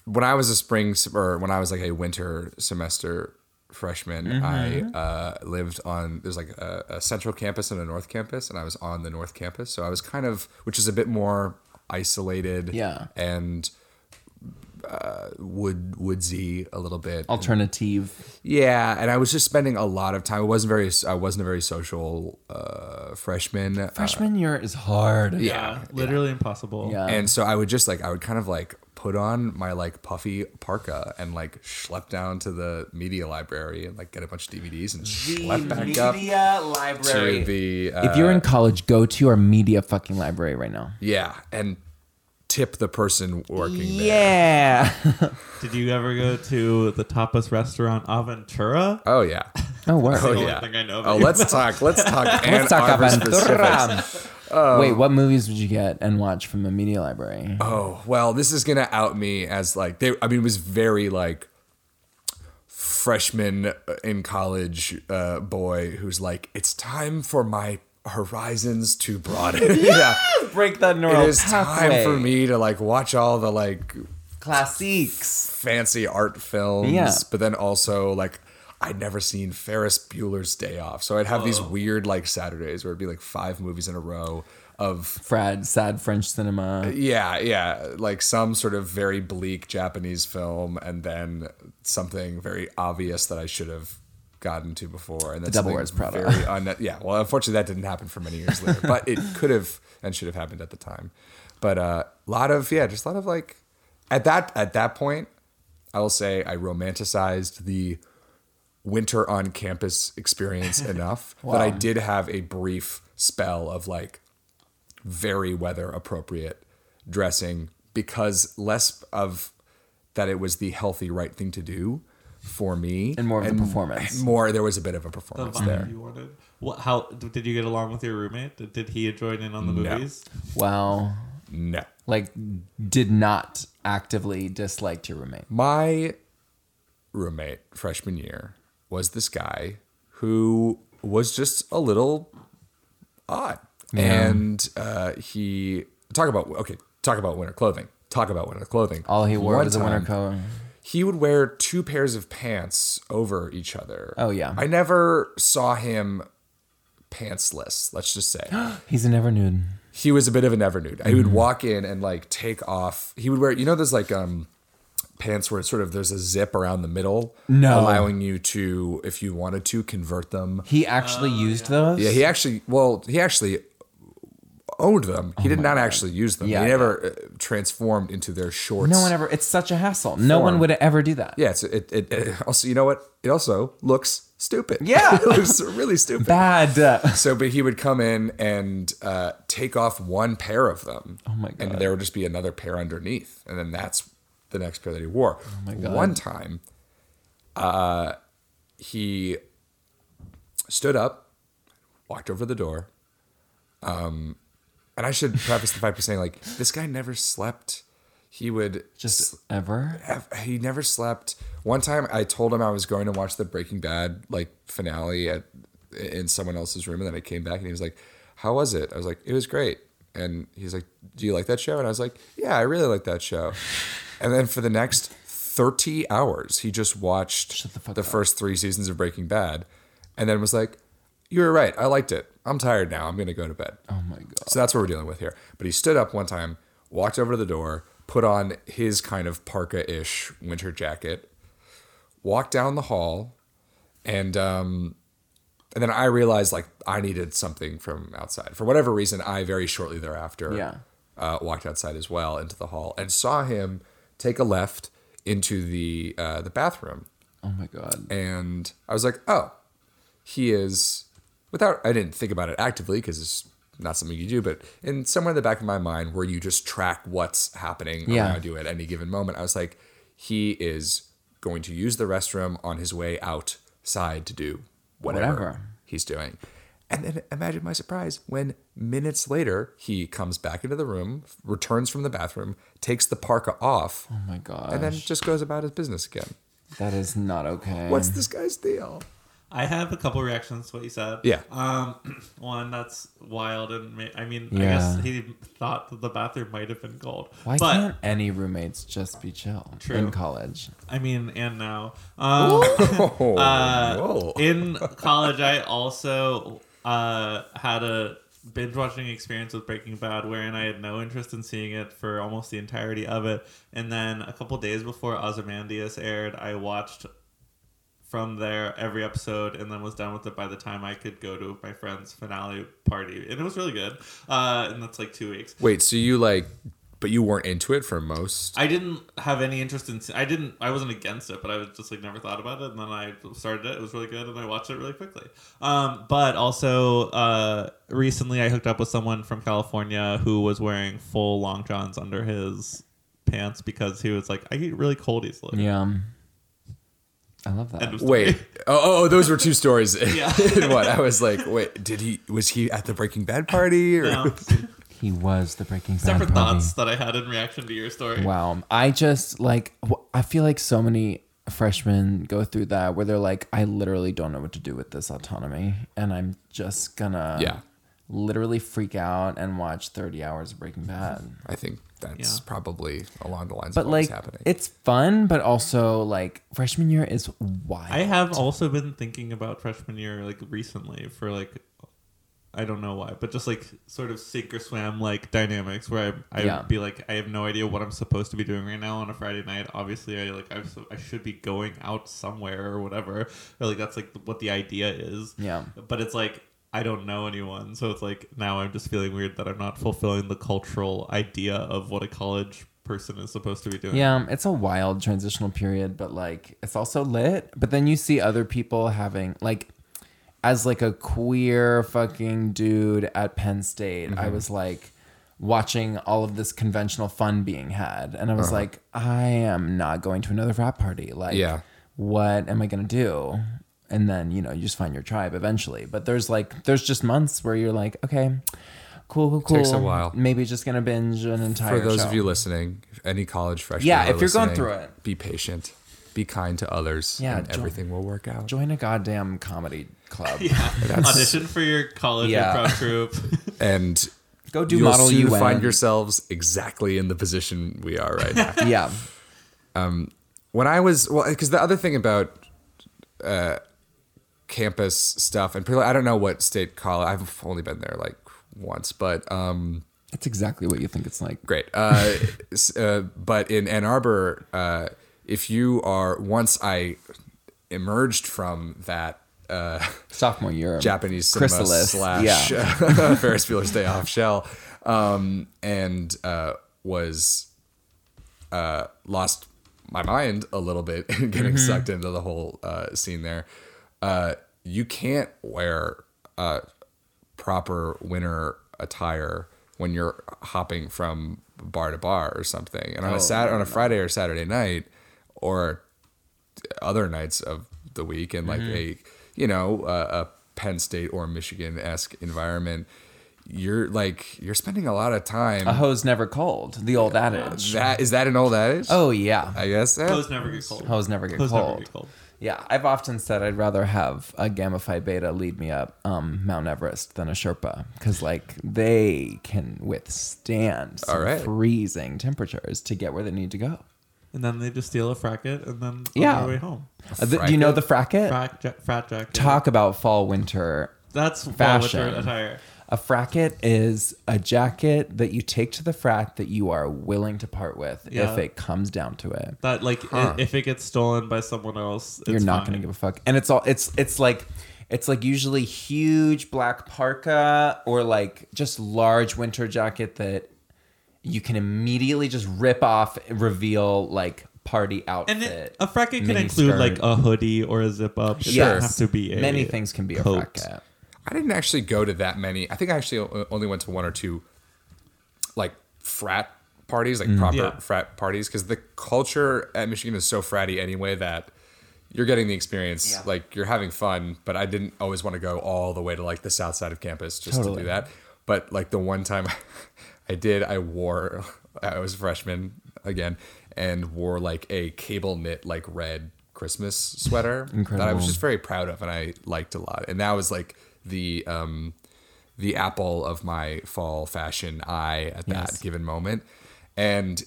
when I was a spring s- or when I was like a winter semester freshman, Mm-hmm. I uh, lived on there's like a, a central campus and a north campus, and I was on the north campus, so I was kind of which is a bit more isolated, Yeah. and uh, wood woodsy a little bit, Alternative. yeah. And I was just spending a lot of time. I wasn't very I wasn't a very social uh, freshman. Uh, Freshman year is hard. Yeah, literally impossible. Yeah. and so I would just like I would kind of like put on my like puffy parka and like schlep down to the media library and like get a bunch of DVDs and schlep back up library. to the uh, if you're in college, go to your media fucking library right now. yeah and tip the person working there. Yeah. Did you ever go to the tapas restaurant Aventura? Oh yeah. oh, word. Oh only yeah. thing I know oh, about you. let's talk. Let's talk. Ann Let's talk Arbor Aventura. specifics. Wait, what movies would you get and watch from a media library? Oh, well, this is gonna out me as like they. I mean, it was very like freshman uh, in college uh, boy who's like, it's time for my horizons to broaden. yeah, Break that neural it is time for me to like watch all the like Classiques. fancy art films. Yeah. but then also like. I'd never seen Ferris Bueller's Day Off, so I'd have these weird like Saturdays where it'd be like five movies in a row of Fred, sad French cinema. Yeah, yeah, like some sort of very bleak Japanese film, and then something very obvious that I should have gotten to before, and then Devil something Wears Prada. Very un- yeah, well, unfortunately, that didn't happen for many years later, but it could have and should have happened at the time. But a uh, lot of yeah, just a lot of like at that at that point, I will say I romanticized the winter on campus experience enough that I did have a brief spell of like very weather appropriate dressing because less of that it was the healthy right thing to do for me And more of the performance. more there was a bit of a The performance vibe there you wanted. What? How did you get along with your roommate? Did, did he join in on the No. movies? Wow. no Like, did not actively dislike your roommate. my roommate freshman year was this guy who was just a little odd and uh, he talk about okay talk about winter clothing talk about winter clothing All he wore One was a winter time- coat. he would wear two pairs of pants over each other. Oh, yeah. I never saw him pantsless, let's just say. He's a never nude. he was a bit of a never nude. He Mm-hmm. would walk in and like take off. He would wear, you know, there's like um pants where it's sort of there's a zip around the middle, No. allowing you to, if you wanted to, convert them. He actually used those. Oh, Yeah, he actually, well, he actually owned them. He did not actually use them. Oh Yeah, he yeah. never uh, transformed into their shorts. no one ever. It's such a hassle. No Form. one would ever do that. Yeah, it's, it, it, it also you know what? It also looks stupid. Yeah. it looks really stupid. Bad. So, but he would come in and uh, take off one pair of them. Oh my God. And there would just be another pair underneath, and then that's the next pair that he wore. Oh my God. One time, uh, he stood up, walked over the door. Um, and I should preface the fact by saying, like, this guy never slept. He would Just ever. ev- he never slept. One time I told him I was going to watch the Breaking Bad like finale at in someone else's room and then I came back and he was like, "How was it?" I was like, "It was great." And he's like, "Do you like that show?" And I was like, "Yeah, I really like that show." And then for the next 30 hours, he just watched the the, fuck up. first 3 seasons of Breaking Bad and then was like, "You were right. I liked it. I'm tired now. I'm going to go to bed." Oh my god. So that's what we're dealing with here. But he stood up one time, walked over to the door, put on his kind of parka ish winter jacket, walked down the hall, and um, and then I realized like I needed something from outside. For whatever reason, I very shortly thereafter Yeah. uh, walked outside as well into the hall and saw him take a left into the uh, the bathroom Oh my god. and I was like, oh, he is without. I didn't think about it actively because it's not something you do, but in somewhere in the back of my mind, where you just track what's happening Yeah. around you at any given moment, I was like, he is going to use the restroom on his way outside to do whatever, Whatever. he's doing. And then imagine my surprise when minutes later he comes back into the room, returns from the bathroom, takes the parka off, Oh my god. and then just goes about his business again. that is not okay. What's this guy's deal? I have a couple reactions to what you said. Yeah. Um, one that's wild, and ma- I mean, I Yeah. guess he thought that the bathroom might have been cold. Why but, can't any roommates just be chill True. in college? I mean, and now. Um, Oh, uh, whoa. in college, I also uh, had a binge watching experience with Breaking Bad, wherein I had no interest in seeing it for almost the entirety of it. And then a couple days before Ozymandias aired, I watched from there every episode and then was done with it by the time I could go to my friend's finale party. And it was really good. Uh, and that's like two weeks. Wait, so you like, but you weren't into it for most. I didn't have any interest in. I didn't. I wasn't against it, but I was just like never thought about it. And then I started it. It was really good, and I watched it really quickly. Um, but also uh, recently, I hooked up with someone from California who was wearing full long johns under his pants because he was like, I get really cold easily. Yeah. I love that. Wait. Oh, oh, oh, those were two stories. in one. I was like, wait, did he? Was he at the Breaking Bad party? Or No. He was the Breaking Bad. Separate Bobby. thoughts that I had in reaction to your story. Wow. I just like, wh- I feel like so many freshmen go through that where they're like, I literally don't know what to do with this autonomy. And I'm just gonna Yeah. literally freak out and watch 30 hours of Breaking Bad. I think that's Yeah. probably along the lines But of what's like, happening. it's fun, but also like freshman year is wild. I have also been thinking about freshman year like recently for like I don't know why, but just like sort of sink or swim like dynamics where I I Yeah. would be like I have no idea what I'm supposed to be doing right now on a Friday night. Obviously, I like I'm so, I should be going out somewhere or whatever. Or like that's like what the idea is. Yeah. But it's like I don't know anyone, so it's like now I'm just feeling weird that I'm not fulfilling the cultural idea of what a college person is supposed to be doing. Yeah, um, it's a wild transitional period, but like it's also lit. But then you see other people having like as like a queer fucking dude at Penn State, Mm-hmm. I was like watching all of this conventional fun being had and I Uh-huh. was like I am not going to another rap party. Like Yeah. what am I going to do? And then, you know, you just find your tribe eventually. But there's like there's just months where you're like, okay, cool, cool, cool. Takes a while. Maybe just going to binge an entire For those show. of you listening, if any college freshmen, Yeah, are if you're going listening, through it. be patient, be kind to others, Yeah, and join- everything will work out. join a goddamn comedy club. Audition for your college Yeah. improv troupe. And Go do you'll model soon you find win. yourselves exactly in the position we are right now. Yeah, when I was well, because the other thing about uh, campus stuff and pre- I don't know what state college. I've only been there like once, but um, it's exactly what you think it's like. great. Uh, s- uh, but in Ann Arbor, uh, if you are once I emerged from that. Uh, Sophomore year, Japanese cinema Chrysalis, slash uh, yeah. Ferris Bueller's Day Off shell, um, and uh, was uh, lost my mind a little bit and getting Mm-hmm. sucked into the whole uh, scene there. Uh, you can't wear uh, proper winter attire when you're hopping from bar to bar or something, and on a Sat on a Friday or Saturday night or other nights of the week and like a you know uh, a Penn State or Michigan esque environment, you're like you're spending a lot of time. a hose never cold. The old adage. That is that an old adage? Oh yeah, I guess eh, Those never get cold. hose never get Those cold. never get cold. Yeah, I've often said I'd rather have a Gamma Phi Beta lead me up um, Mount Everest than a Sherpa because like they can withstand some All right. freezing temperatures to get where they need to go. And then they just steal a fracket and then Yeah. on their way home. Uh, th- do you know the fracket? Frack ja- frat jacket. Talk about fall winter That's fashion fashion. attire. A fracket is a jacket that you take to the frat that you are willing to part with Yeah. if it comes down to it. That like i- if it gets stolen by someone else, it's You're not fine. going to give a fuck. And it's all it's it's like it's like usually huge black parka or like just large winter jacket that you can immediately just rip off and reveal like party outfit. And it, a fracket can mini include skirt. like a hoodie or a zip up. It Sure. doesn't have to be a many things can be a coat. fracket. I didn't actually go to that many. I think I actually o- only went to one or two, like frat parties, like proper Yeah. frat parties, because the culture at Michigan is so fratty anyway that you're getting the experience. Yeah. Like you're having fun, but I didn't always want to go all the way to like the south side of campus just to Totally. do that. But like the one time I did, I wore. I was a freshman again and wore like a cable knit like red Christmas sweater that I was Incredible. just very proud of and I liked a lot. And that was like the um the apple of my fall fashion eye at that Yes. given moment. And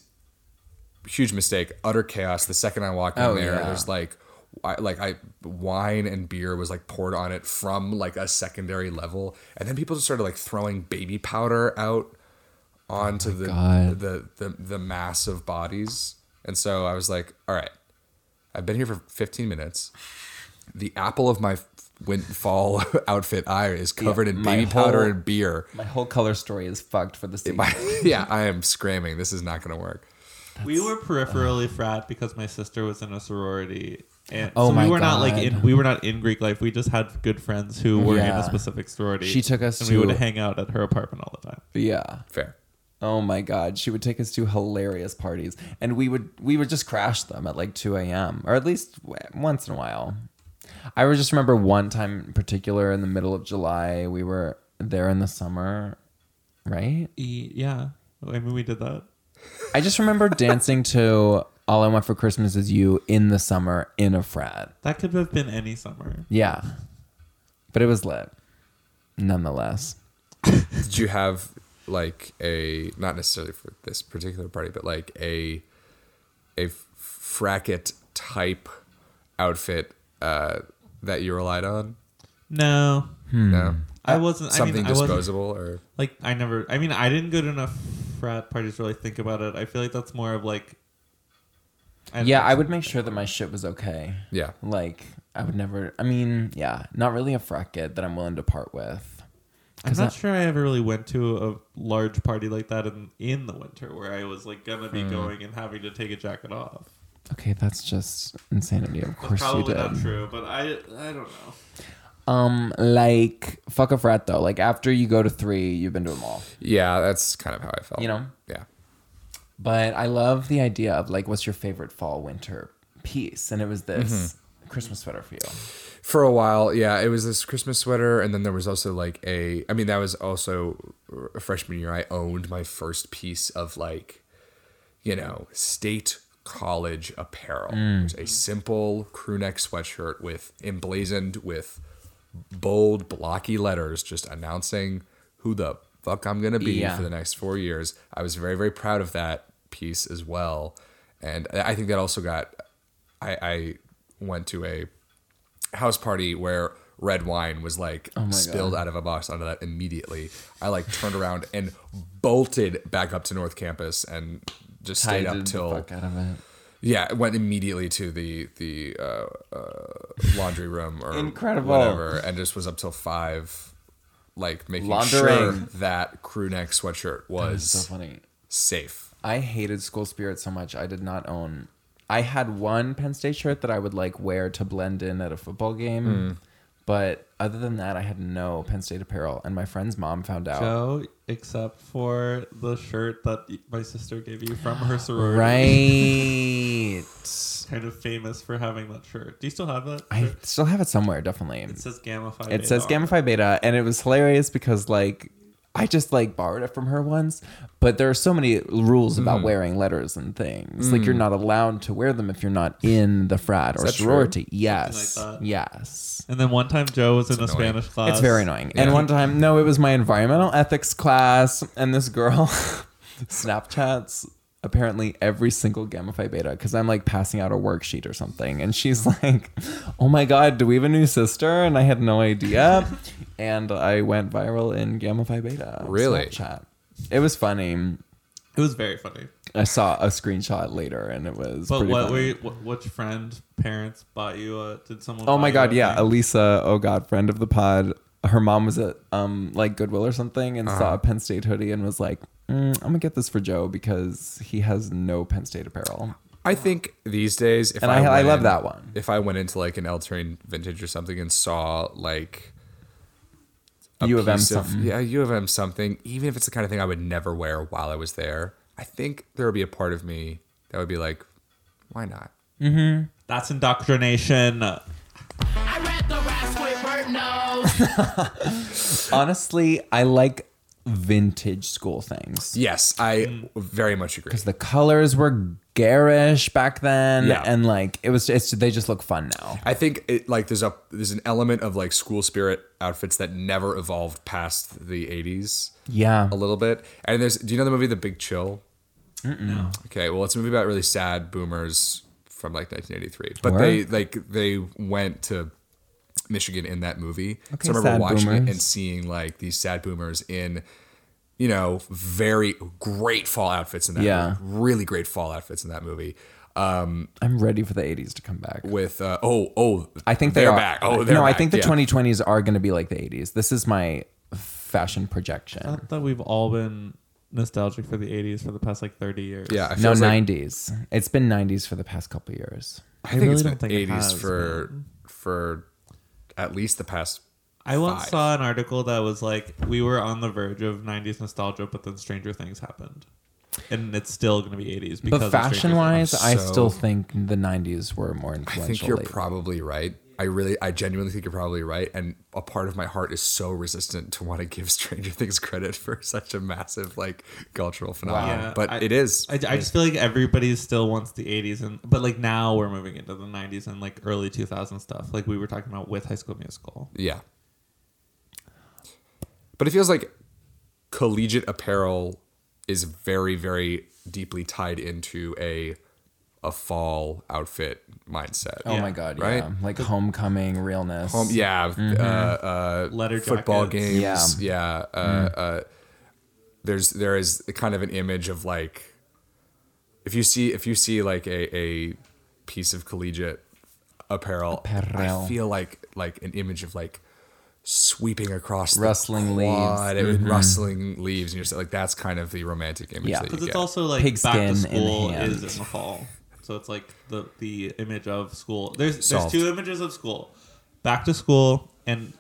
huge mistake, utter chaos. The second I walked in Oh, there, yeah. there's like I, like I wine and beer was like poured on it from like a secondary level, and then people just started like throwing baby powder out onto the, Oh God. the the the mass of bodies. And so I was like, all right, I've been here for 15 minutes. The apple of my f- win- fall outfit eye is covered in my baby powder whole- and beer. My whole color story is fucked for the season. My- yeah, I am screaming. This is not going to work. We were peripherally frat because my sister was in a sorority. And Oh so my we were not like God. in we were not in Greek life. We just had good friends who were in Yeah. a specific sorority. She took us and we would to- hang out at her apartment all the time. yeah. Fair. Oh my god, she would take us to hilarious parties, and we would we would just crash them at like two a.m. or at least w- once in a while. I would just remember one time in particular in the middle of July. We were there in the summer, right? E- yeah. I mean, we did that. I just remember dancing to "All I Want for Christmas Is You" in the summer in a frat. That could have been any summer. Yeah, but it was lit, nonetheless. Did you have like a not necessarily for this particular party, but like a a fracket type outfit uh, that you relied on? No, Hmm. No, Uh, I wasn't. something I mean, I wasn't, disposable or like I never. I mean, I didn't go to enough frat parties to really think about it. I feel like that's more of like. I Yeah, I would make sure that my shit was okay. yeah. Like, I would never. I mean, yeah, not really a frat kid that I'm willing to part with. I'm not sure I ever really went to a large party like that in in the winter where I was like gonna Hmm. be going and having to take a jacket off. Okay, that's just insanity. Of That's course you probably did. not true, but I I don't know. Um, like fuck a frat though. Like after you go to three, you've been to them all. Yeah, that's kind of how I felt. You know? Yeah. But I love the idea of like, what's your favorite fall winter piece? And it was this Christmas sweater for you. For a while, yeah, it was this Christmas sweater, and then there was also like a. I mean, that was also r- freshman year. I owned my first piece of like, you know, state college apparel. It was a simple crew neck sweatshirt with emblazoned with bold blocky letters, just announcing who the fuck I'm gonna be Yeah. for the next four years. I was very very proud of that piece as well, and I I think that also got. I, I went to a house party where red wine was like Oh spilled out of a box onto that immediately. I like turned around and bolted back up to North Campus and just stayed Tided up the till fuck out of it. yeah, went immediately to the the uh, uh, laundry room or Incredible. whatever, and just was up till five, like making sure Laundering. that crew neck sweatshirt was So funny. safe. I hated school spirit so much. I did not own. I had one Penn State shirt that I would like wear to blend in at a football game, but other than that, I had no Penn State apparel. And my friend's mom found out. Joe, except for the shirt that y- my sister gave you from her sorority. Right. Kind of famous for having that shirt. Do you still have that? I shirt? still have it somewhere, definitely. It says Gamma Phi. It Beta says on Gamma Phi Beta, and it was hilarious because like I just like borrowed it from her once, but there are so many rules about Mm. wearing letters and things. Like you're not allowed to wear them if you're not in the frat or that true? sorority. Yes, Something like that. yes. And then one time Joe was in a annoying. Spanish class. It's very annoying. And one time, no, it was my environmental ethics class, and this girl Snapchats apparently every single Gamma Phi Beta because I'm like passing out a worksheet or something. And she's like, oh my God, do we have a new sister? And I had no idea. and I went viral in Gamma Phi Beta. Really? Snapchat. It was funny. It was very funny. I saw a screenshot later and it was. But pretty what funny. were you, what, which friend, parents bought you? A, did someone? Oh buy my you god, a yeah, thing? Elisa, oh god, friend of the pod. Her mom was at um like Goodwill or something and Uh-huh. saw a Penn State hoodie and was like, "Mm, "I'm gonna get this for Joe because he has no Penn State apparel." I think these days, if And I- I went love in- that one. If I went into like an El Terrain Vintage or something and saw like a U of M piece something. yeah, U of M something, even if it's the kind of thing I would never wear while I was there, I think there would be a part of me that would be like, why not? That's indoctrination. I read the rest with burnt nose. Honestly, I like vintage school things. Yes, I very much agree. The colors were garish back then Yeah. and like it was it's they just look fun now. I think it like there's a there's an element of like school spirit outfits that never evolved past the 80s. Yeah. a little bit. And there's, do you know the movie The Big Chill? No. Okay, well, it's a movie about really sad boomers from like 1983, but Word. they like they went to Michigan in that movie. Okay, so I remember sad watching it boomers. and seeing like these sad boomers in, you know, very great fall outfits in that. Yeah. movie. really great fall outfits in that movie. Um, I'm ready for the 80s to come back. with uh, oh oh, I think they they're are back. Oh, they're No, I back. think the Yeah. 2020s are going to be like the 80s. This is my fashion projection. Not that we've all been nostalgic for the '80s for the past like 30 years. Yeah, it No, feels like- 90s. It's been 90s for the past couple years. I think really it's don't been think it 80s has for for at least the past I once Five. saw an article that was like, we were on the verge of 90s nostalgia, but then Stranger Things happened. And it's still going to be 80s. Because But of Stranger fashion Things. wise, I so- still think the 90s were more influential. I think you're later. probably right. I really, I genuinely think you're probably right. And a part of my heart is so resistant to want to give Stranger Things credit for such a massive like cultural phenomenon. Yeah, but I- it is. I, I just feel like everybody still wants the 80s, and but like now we're moving into the 90s and like early 2000 stuff, like we were talking about with High School Musical. yeah. But it feels like collegiate apparel is very, very deeply tied into a a fall outfit mindset. Oh Yeah. my god, Right? yeah. Like homecoming realness. Home, yeah, uh, uh, Letter football jackets. games. Yeah, uh, Mm. uh, there's there is kind of an image of like if you see if you see like a, a piece of collegiate apparel, Apparel. I feel like like an image of like sweeping across the Rustling leaves. Mm-hmm. quad and rustling leaves, and you're just like that's kind of the romantic image. Yeah. that you Because it's get. also like Pigskin back to in school hand. is in the fall, so it's like the the image of school. There's Solved. there's two images of school: back to school and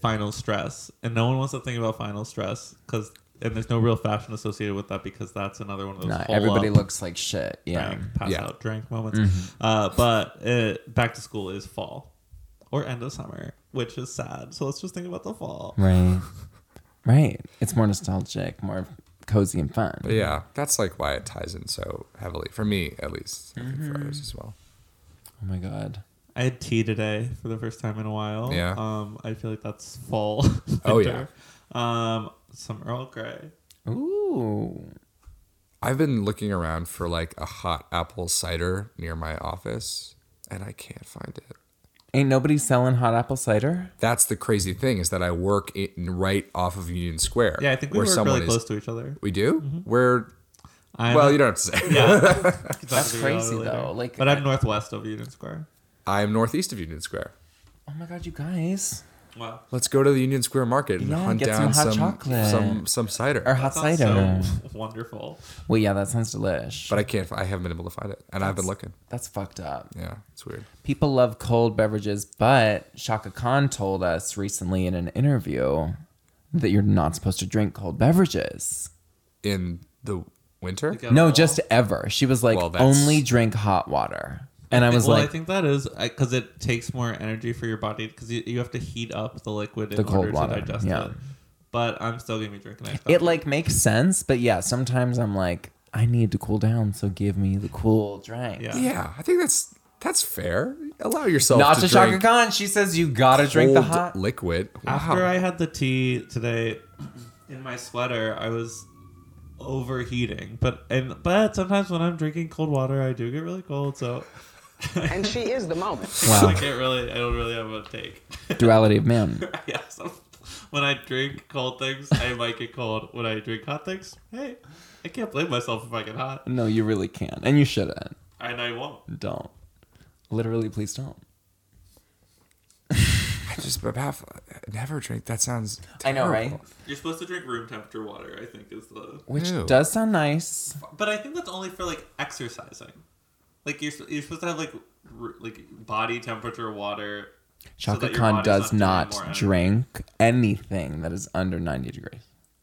final stress. And no one wants to think about final stress because and there's no real fashion associated with that because that's another one of those. uh, Nah, hole everybody up, looks like shit. Yeah. drank, pass Yeah. Mm-hmm. out, drank moments. Uh, but uh back to school is fall or end of summer, which is sad. So let's just think about the fall. Mm-hmm. Right. Right. It's more nostalgic, more cozy and fun. But yeah, that's like why it ties in so heavily for me at least, I think Mm-hmm. for others as well. Oh my god. I had tea today for the first time in a while. Yeah. Um, I feel like that's fall. Oh, winter. Um, some Earl Grey. Ooh. I've been looking around for like a hot apple cider near my office and I can't find it. Ain't nobody selling hot apple cider? That's the crazy thing is that I work in, right off of Union Square. Yeah, I think we where were someone really is- close to Mm-hmm. each other. We do? Where I'm, well, you don't have to say. That's crazy, though, like- but I'm northwest of Union Square. I'm northeast of Union Square. Oh my god, you guys. Wow. Let's go to the Union Square market and Yeah, hunt get some down some hot some, chocolate. some cider. Or hot Sounds cider. so wonderful. Well, yeah, that sounds delish. but I can't fi- I haven't been able to find it. And I've been looking. That's fucked up. Yeah, it's weird. People love cold beverages, but Shaka Khan told us recently in an interview that you're not supposed to drink cold beverages. In the winter? Like a- No, Well- just ever. She was like, Well, that's- only drink hot water. And I was well, like, I think that is because it takes more energy for your body because you, you have to heat up the liquid in The cold order water, to digest yeah. it. But I'm still gonna be drinking ice. it coffee. like makes sense. But yeah, sometimes I'm like, I need to cool down. So give me the cool drink. yeah. Yeah, I think that's that's fair. Allow yourself Not to to, drink Shaka Khan. She says, you gotta drink the cold hot. liquid. Wow. After I had the tea today in my sweater, I was overheating. But and but sometimes when I'm drinking cold water, I do get really cold. So And she is the moment. I wow. can't really. I don't really have a take. Duality of man. yeah. So when I drink cold things, I might get cold. When I drink hot things, hey, I can't blame myself if I get hot, No, you really can't. And you shouldn't. and I won't. Don't. Literally, please don't. I just but half never drink. That sounds. I know, terrible. right? You're supposed to drink room temperature water. I think is the. Which Ew. does sound nice. But I think that's only for like exercising. Like you're you're supposed to have like r- like body temperature water. so Shaka that your Khan body's does doing not more energy. drink anything that is under 90 degrees.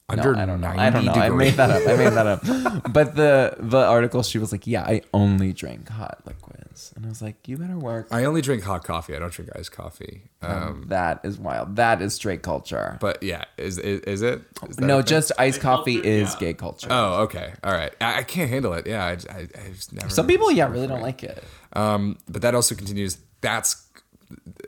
Under no, I don't know. 90 I don't know. I degrees. made that up. I made that up. But the the article, she was like, "Yeah, I only drink hot liquids," and I was like, "You better work." I only drink hot coffee. I don't drink iced coffee. Oh. Um, that is wild. That is straight culture. but yeah, is is, is it? Is that no, a thing? just iced Gay coffee culture? is Yeah. gay culture. Oh, okay, all right. I, I can't handle it. Yeah, I, j- I, I just never. Some people, yeah, really don't like it. Um, but that also continues. That's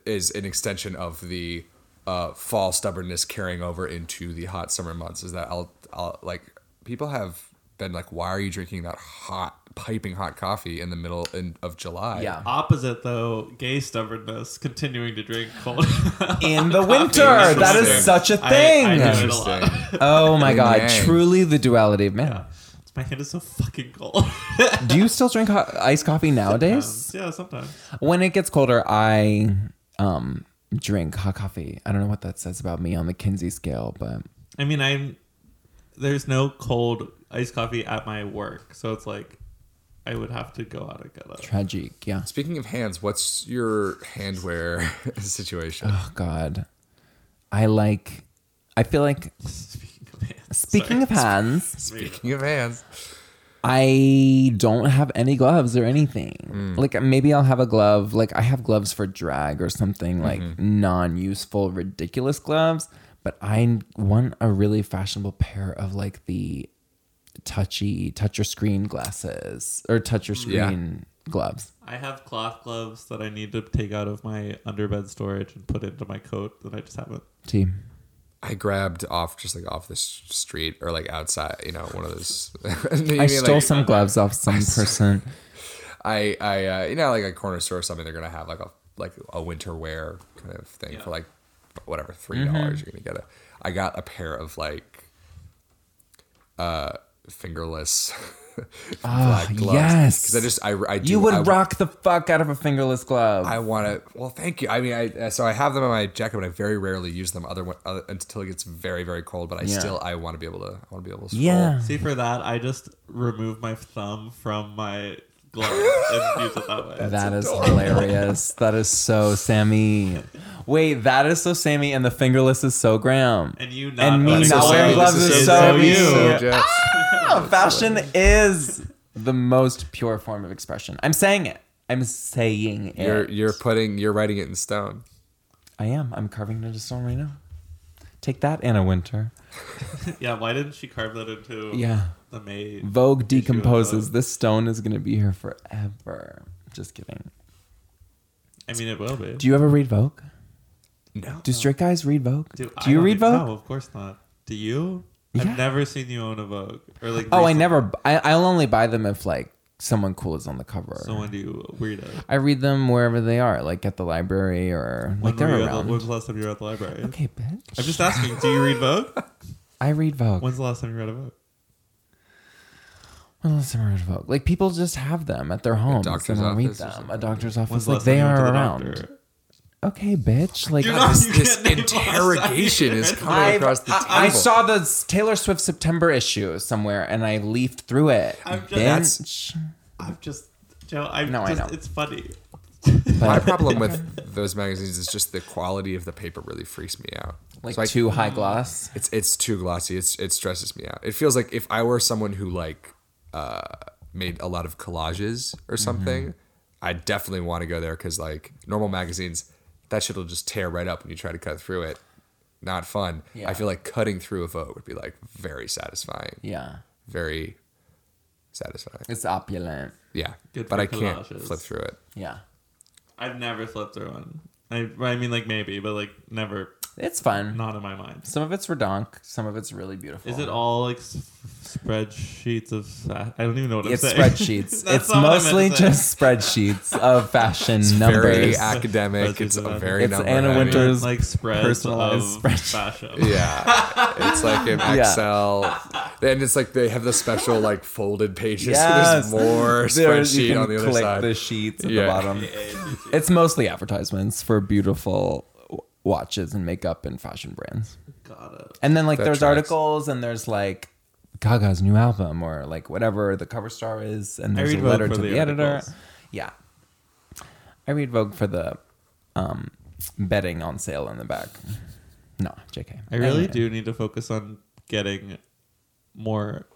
is an extension of the uh, fall stubbornness carrying over into the hot summer months. Is that I'll, I'll like people have been like, why are you drinking that hot, piping hot coffee in the middle in, of July? Yeah, Opposite though, gay stubbornness, continuing to drink cold. in the winter, that is Interesting. such a I- I thing. do it a lot. Interesting. Oh my god! Yang. Truly, the duality of man. My hand is so fucking cold. Do you still drink hot, iced coffee nowadays? yeah, sometimes. When it gets colder, I um drink hot coffee. I don't know what that says about me on the Kinsey scale, but I mean, I'm there's no cold iced coffee at my work, so it's like I would have to go out and get it. tragic. Yeah. Speaking of hands, what's your handwear situation? Oh God. I like. I feel like Speaking of hands. speaking of hands, Speaking of hands, I don't have any gloves or anything. Mm. Like maybe I'll have a glove. Like I have gloves for drag or something like Mm-hmm. non-useful, ridiculous gloves. But I want a really fashionable pair of like the touchy touch your screen glasses or touch your Yeah. screen gloves. I have cloth gloves that I need to take out of my underbed storage and put into my coat that I just haven't. Team. I grabbed off just like off the s- street or like outside, you know, one of those. You know what I mean? stole Like, uh, some gloves off some person. I, I, uh, you know, like a corner store or something, they're gonna have like a like a winter wear kind of thing for like whatever three Mm-hmm. dollars. You're gonna get it. I got a pair of like uh fingerless black gloves Ah, yes. because I just I I do You would I, rock the fuck out of a fingerless glove. I want to. Well, thank you. I mean, I so I have them in my jacket, but I very rarely use them. Other, other until it gets very very cold. But I Yeah. still I want to be able to. I want to be able to. Scroll. yeah. See, for that, I just remove my thumb from my glove and use it that way. That is hilarious. That is so Sammy. Wait, that is so Sammy, and the fingerless is so Graham. and you not And me This not so wearing me. gloves This is so so me. you. So Jeff. Oh, fashion is the most pure form of expression. I'm saying it. I'm saying it. You're you're putting you're writing it in stone. I am. I'm carving it into stone right now. Take that, Anna Winter. Yeah, why didn't she carve that into Yeah. the May? Vogue issue of decomposes. Vogue? This stone is going to be here forever. Just kidding. I mean, it will be. Do you ever read Vogue? No. Do straight guys read Vogue? Do, I you don't read even- Vogue? No, of course not. Do you? Yeah. I've never seen you own a Vogue or like. Oh, I recently. never. I, I'll only buy them if like someone cool is on the cover. So when do you read it? I read them wherever they are, like at the library or When like were they're you at the- around. when's the last time you were at the library? okay, bitch. I'm just asking. Do you read Vogue? I read Vogue. When's the last time you read a Vogue? When was the last time I read Vogue? Like people just have them at their homes doctor's and I'll read office or them. A something. doctor's When's office, the like last time they you went to are the around. doctor? Okay, bitch. Like You're I, not- This, You this can't name all the interrogation is sides. coming across the table. I- I saw the s- Taylor Swift September issue somewhere and I leafed through it. I'm just- bitch. I'm just Joe. I'm No, I just, know. It's funny. My problem with those magazines is just the quality of the paper really freaks me out. Like So I- too high gloss. It's it's too glossy. It's it stresses me out. It feels like if I were someone who like uh, made a lot of collages Mm-hmm. or something, I definitely want to go there because like normal magazines, that shit'll just tear right up when you try to cut through it. Not fun. Yeah. I feel like cutting through a vote would be like very satisfying. Yeah. Very satisfying. It's opulent. yeah. Good But for I can't collages. flip through it. Yeah. I've never flipped through one. I I mean like maybe, but like never. It's fun. Not in my mind. Some of it's redonk. Some of it's really beautiful. Is it all like s- spreadsheets of? sa- I don't even know what It's I'm saying. spreadsheets. That's it's not what I meant to mostly say. just spreadsheets of fashion Very numbers. academic. That's It's a exactly- very It's number Anna heavy. Wintour's- like spreads personalized of spreadsheet. fashion. Yeah, it's like in Excel, and it's like they have the special like folded pages. Yes. So there's more There- you spreadsheet can on the other click side. the sheets at Yeah. the bottom. It's mostly advertisements for beautiful w- watches and makeup and fashion brands. Got it. And then like That there's tracks. articles and there's like Gaga's new album or like whatever the cover star is and I there's a read Vogue letter for to the, the editor. articles. Yeah. I read Vogue for the um betting on sale in the back. No, JK. I really Anyway. do need to focus on getting more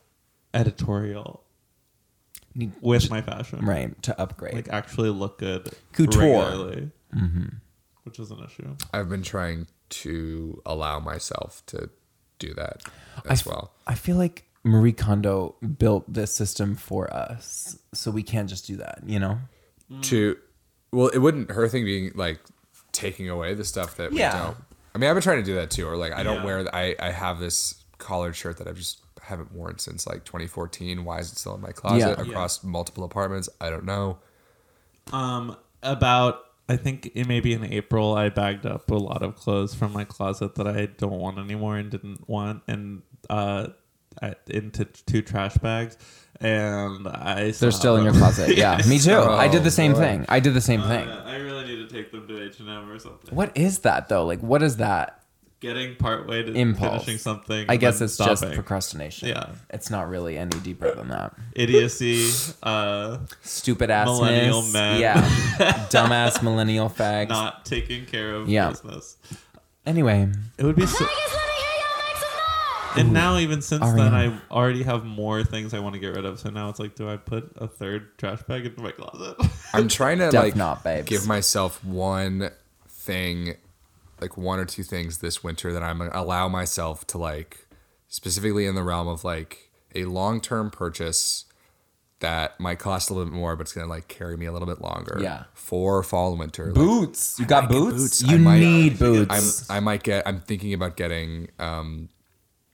editorial Need- with my fashion. Right, to upgrade. Like actually look good. Couture. Regularly, Which is an issue. I've been trying to allow myself to do that I as f- well. I feel like Marie Kondo built this system for us, so we can't just do that, you know? To well, it wouldn't her thing being like taking away the stuff that Yeah. we don't. I mean, I've been trying to do that too, or like I don't Yeah. wear. The, I I have this collared shirt that I've just haven't worn since like 2014. Why is it still in my closet Yeah. across multiple apartments? I don't know. Um, about I think it may be in April. I bagged up a lot of clothes from my closet that I don't want anymore and didn't want, and uh, I, into two trash bags. And I They're still in your closet. Yeah, Uh-huh. me too. Oh, I did the same thing. I did the same thing. uh, I really need to take them to H and M or something. What is that though? Like, what is that? Getting partway to Impulse. finishing something. I guess then it's just stopping. procrastination. Yeah. It's not really any deeper than that. idiocy. Uh, Stupid ass Millennial men. Yeah. Dumbass millennial fags. not taking care of Yeah. business. Anyway, It would be so. And now, even since then, I E Ariana. already have more things I want to get rid of. So now it's like, do I put a third trash bag into my closet? I'm trying to Def like not, babes. give myself one thing, like one or two things this winter that I'm gonna allow myself to like, specifically in the realm of like a long term purchase that might cost a little bit more, but it's gonna like carry me a little bit longer. Yeah. For fall and winter. like, boots. You got might get boots? boots. I You might- need boots. I'm, I might get. I'm thinking about getting. Um,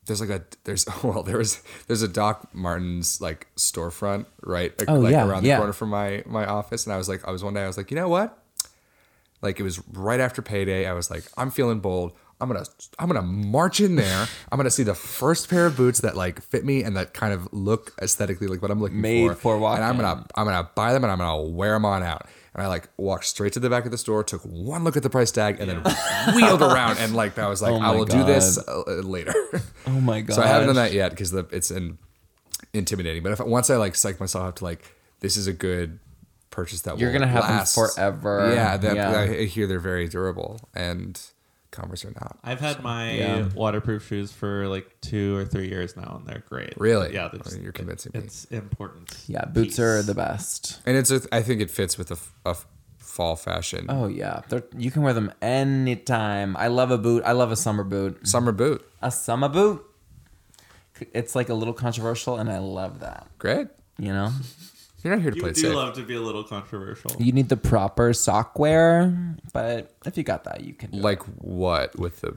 there's like a there's well there was there's a Doc Martens like storefront right ac- Oh, like yeah, around the yeah. corner from my my office and I was like I was one day I was like you know what like it was right after payday I was like I'm feeling bold I'm gonna I'm gonna march in there I'm gonna see the first pair of boots that like fit me and that kind of look aesthetically like what I'm looking Made for for and I'm walking. gonna I'm gonna buy them and I'm gonna wear them on out. And I like walked straight to the back of the store, took one look at the price tag, and then wheeled around. And like I was like, Oh my I will do this uh, uh, later. oh my god. so I haven't done that yet because it's in, intimidating. But if once I like psych myself up to like, this is a good purchase that You're will gonna have them last. forever. Yeah, that, Yeah. I hear they're very durable, and Converse are not. I've had my Yeah. waterproof shoes for like two or three years now, and they're great. Really? Yeah, they're Oh, just- you're convincing me. It's important. Yeah, boots piece. are the best. And it's a, I think it fits with a, f- a f- fall fashion Oh yeah, They're, you can wear them anytime. I love a boot. I love a summer boot. summer boot. A summer boot. It's like a little controversial, and I love that. Great. You know, You're not here to You play do it safe. love to be a little controversial. you need the proper sock wear, but if you got that, you can. do it. like what with the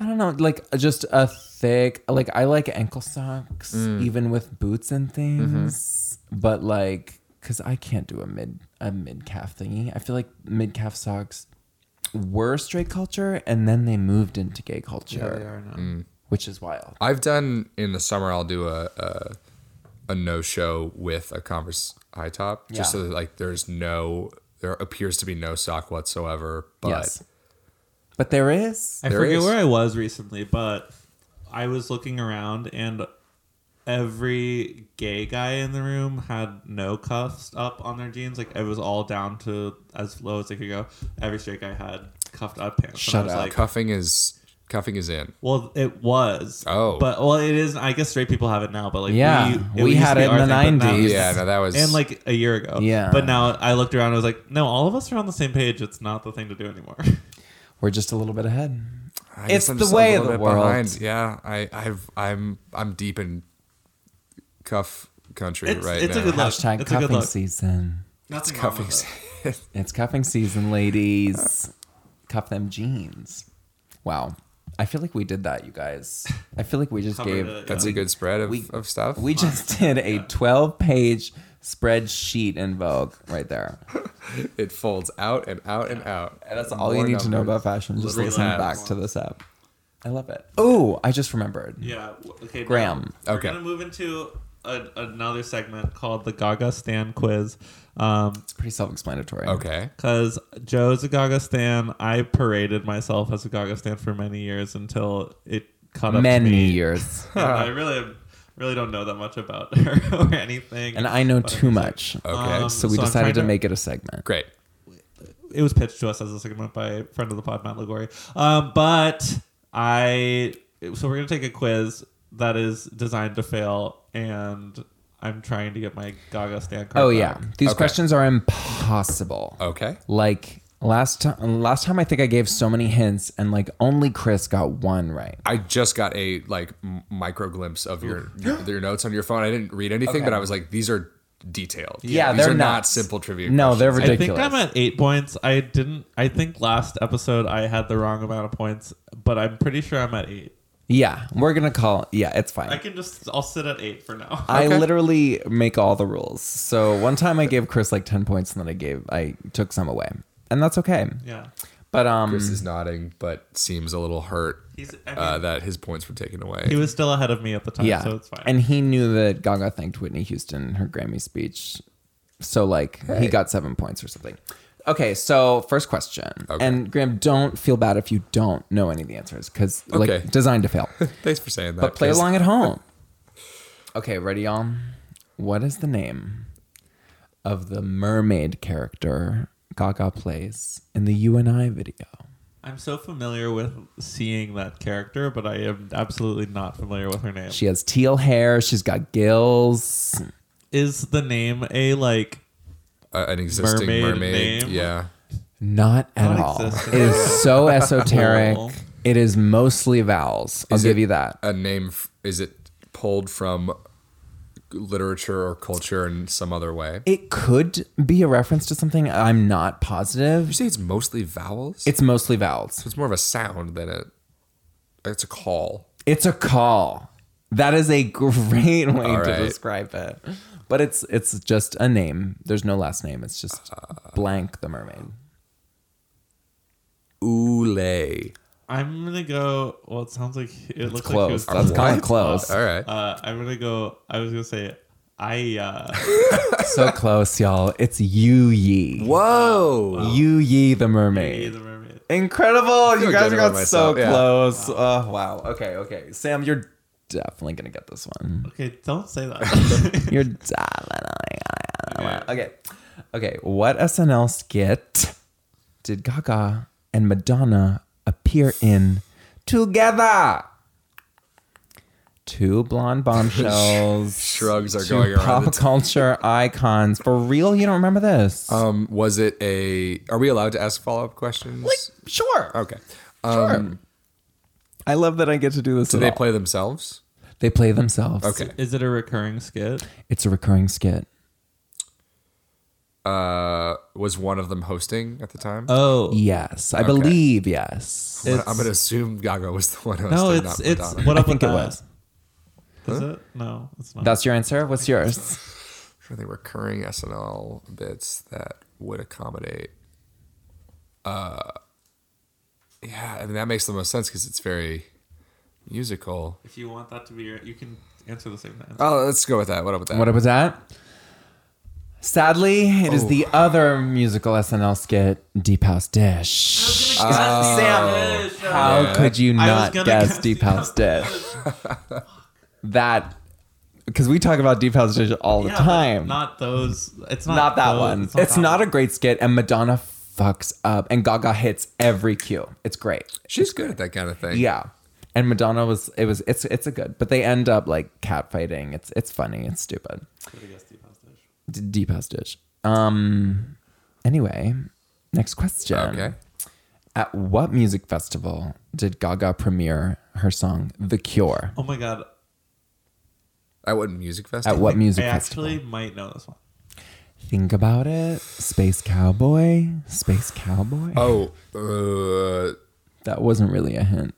I don't know, like just a thick. Like I like ankle socks, Mm. even with boots and things. Mm-hmm. But like, cause I can't do a mid a mid calf thingy. I feel like mid calf socks were straight culture, and then they moved into gay culture, Yeah, they are now. Mm. which is wild. I've done in the summer. I'll do a a, a no show with a Converse high top, just Yeah. so that, like there's no there appears to be no sock whatsoever. But yes, but there is. I There forget is. where I was recently, but I was looking around and every gay guy in the room had no cuffs up on their jeans. Like it was all down to as low as they could go. Every straight guy had cuffed up pants. Shut and I was up. like, cuffing is cuffing is in. well, it was. Oh. But well, it is. I guess straight people have it now, but like Yeah, we, we used to had be it in our the thing, but now 90s. it's- Yeah, no, that was and like a year ago. Yeah. But now I looked around. I was like, no, all of us are on the same page. It's not the thing to do anymore. We're just a little bit ahead. I guess it's I'm the just a way little of the bit world. Yeah, I I've I'm I'm deep in cuff country It's- right it's a now. good look. Hashtag It's a good cuffing look. season. Nothing wrong Cuffing with it. It's cuffing season, ladies. Cuff them jeans. Wow. I feel like we did that, you guys. I feel like we just Covered gave. it, That's yeah. a good spread of, we- of stuff. We just did a 12 page spreadsheet in Vogue right there. it folds out and out and out. And that's all you need to know about fashion. Just Little listen tabs. back to this app. I love it. Oh, I just remembered. Yeah. w- Okay. now Graham. We're Okay. gonna move into a, another segment called the Gaga Stan Quiz, because It's pretty self explanatory. Okay. Joe's a Gaga Stan. I paraded myself as a Gaga Stan for many years until it caught up to Many me. years. And I really, really don't know that much about her or anything. And I know But too it's like- much. Okay. Um, So we so I'm decided trying to to- make it a segment. Great. It was pitched to us as a segment by a friend of the pod, Matt Ligori. Um, but I, so we're gonna take a quiz that is designed to fail, and I'm trying to get my Gaga Stan card. Oh back. yeah, these Okay. Oh. questions are impossible. Okay. Like last time, last time I think I gave so many hints, and like only Chris got one right. I just got a like m- micro glimpse of your your, your notes on your phone. I didn't read anything, Okay. but I was like, these are detailed. Yeah, these they're are not nuts. simple trivia. No, they're questions. I ridiculous. think I'm at eight points. I didn't. I think last episode I had the wrong amount of points, but I'm pretty sure I'm at eight. yeah, we're gonna call. Yeah, it's fine. I I, can just. I'll sit at eight for now. Okay. literally make all the rules. So one time I gave Chris like ten points, and then I gave I took some away, and that's okay. yeah. But um, Chris is nodding, but seems a little hurt He's. I mean, uh, that his points were taken away. he was still ahead of me at the time, yeah, Uh, so it's fine. and he knew that Gaga thanked Whitney Houston in her Grammy speech, so like he got seven points or something. Okay, so first question, Okay. and Graham, don't feel bad if you don't know any of the answers because Okay. like designed to fail. Thanks for saying that. But play Chris. along at home. Okay, ready, y'all? What is the name of the mermaid character Gaga plays in the You and I video? I'm so familiar with seeing that character, but I am absolutely not familiar with her name. She has teal hair. She's got gills. Is the name a like Uh, an existing Mermaid mermaid. name? Yeah. Not at Not all. existent. It is so esoteric. Cool. It is mostly vowels. I'll Is give it you that. A name f- is it pulled from literature or culture in some other way? It could be a reference to something. I'm not You positive. say it's mostly vowels. It's mostly vowels. it's more of a sound than a. It's a call. It's a call. That is a great way right. to describe it. But it's it's just a name. There's no last name. It's just blank the mermaid. Oolay. I'm gonna go. Well, it sounds like it looks like it Close. was That's kind What? of close. All right. Uh, I'm gonna go. I was gonna say I. Uh, So close, y'all. It's Yu Yi. Whoa. Yu Yi the Beauty mermaid. and the Mermaid. Incredible. You feel guys good got about so myself, yeah. close. Oh, wow. Okay, okay. Sam, you're definitely going to get this one. Okay, don't say that. You're definitely going to Okay. Okay. What SNL skit did Gaga and Madonna appear in together? Two blonde bombshells. Shrugs are two going around. pop the t- culture icons. For real, you don't remember this? um, was it a? Are we allowed to ask follow up questions? sure. okay. Um, I love that I get to do this. Do at they all. play themselves? They play themselves. Okay. Is it a recurring skit? It's a recurring skit. Uh, was one of them hosting at the time? Oh Yes, I believe yes. I'm gonna- it's- I'm gonna assume Gaga was the one hosting. no, not it's it's Madonna. what I up think with it that? was. Is it? No, it's not. That's your answer. What's yours? Are they recurring SNL bits that would accommodate? Uh, yeah, I mean that makes the most sense because it's very musical. if you want that to be your, you can answer the same thing. Oh, let's go with that. What up with that? What was that? Sadly, it is Oh. the other musical SNL skit, Deep House Dish. Sam, How could you I was not gonna guess guess Deep Deep House Dish? that, because we talk about Deep House Dish all the time. Not those. It's not, not that those- one. It's, that not one. a great skit, and Madonna fucks up, and Gaga hits every cue. It's great. She's good at that kind of thing. Yeah, and Madonna was it was it's it's a good, but they end up like catfighting. It's it's funny. It's stupid. Could've guessed Deep House Dish. D- deep house ditch. Um. Anyway, next question. Okay. At what music festival did Gaga premiere her song "The Cure"? Oh my god! At what music festival? At what music I festival? actually might know this one. Think about it. Space Cowboy. Space Cowboy. Oh, uh, That wasn't really a hint.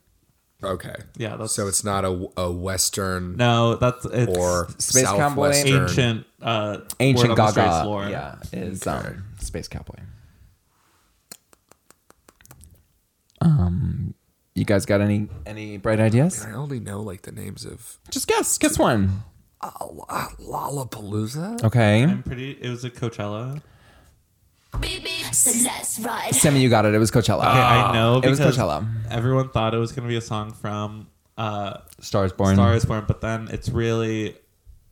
okay. Yeah, that's- so it's not a, a western No, that's it's or Space Cowboy. southwestern. ancient uh, Ancient word on the Gaga. streets lore. Yeah, is um, Space Cowboy. Um, Um, you guys got any any bright ideas? I only know like the names of uh, Just guess. Guess one. Lollapalooza. Okay. I'm pretty. It was a Uh, Coachella. Beep beep. So let's ride. Sammy, you got it. It was Coachella. Uh, Okay, I know it was because Coachella. everyone thought it was going to be a song from uh, Stars Born. Star Is Born, but then it's really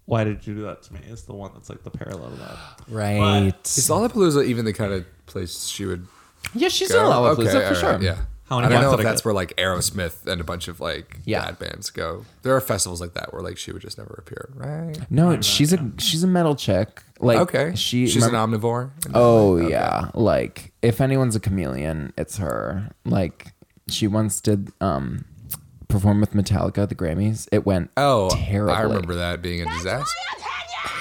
why did you do that to me? Is the one that's like the parallel to that. Right. Is Lollapalooza even the kind of place she would yeah, she's go? in Lollapalooza Okay, for all sure. right, Yeah. How I many don't know bucks if did I that's get? where like Aerosmith and a bunch of like Yeah. bad bands go. There are festivals like that where like she would just never appear, right? No, she's a she's a metal chick. Like Okay. she, she's remember- an omnivore. Oh yeah, like if anyone's a chameleon, it's her. Like she once did um perform with Metallica at the Grammys. It went Oh, terribly. I remember that being a disaster.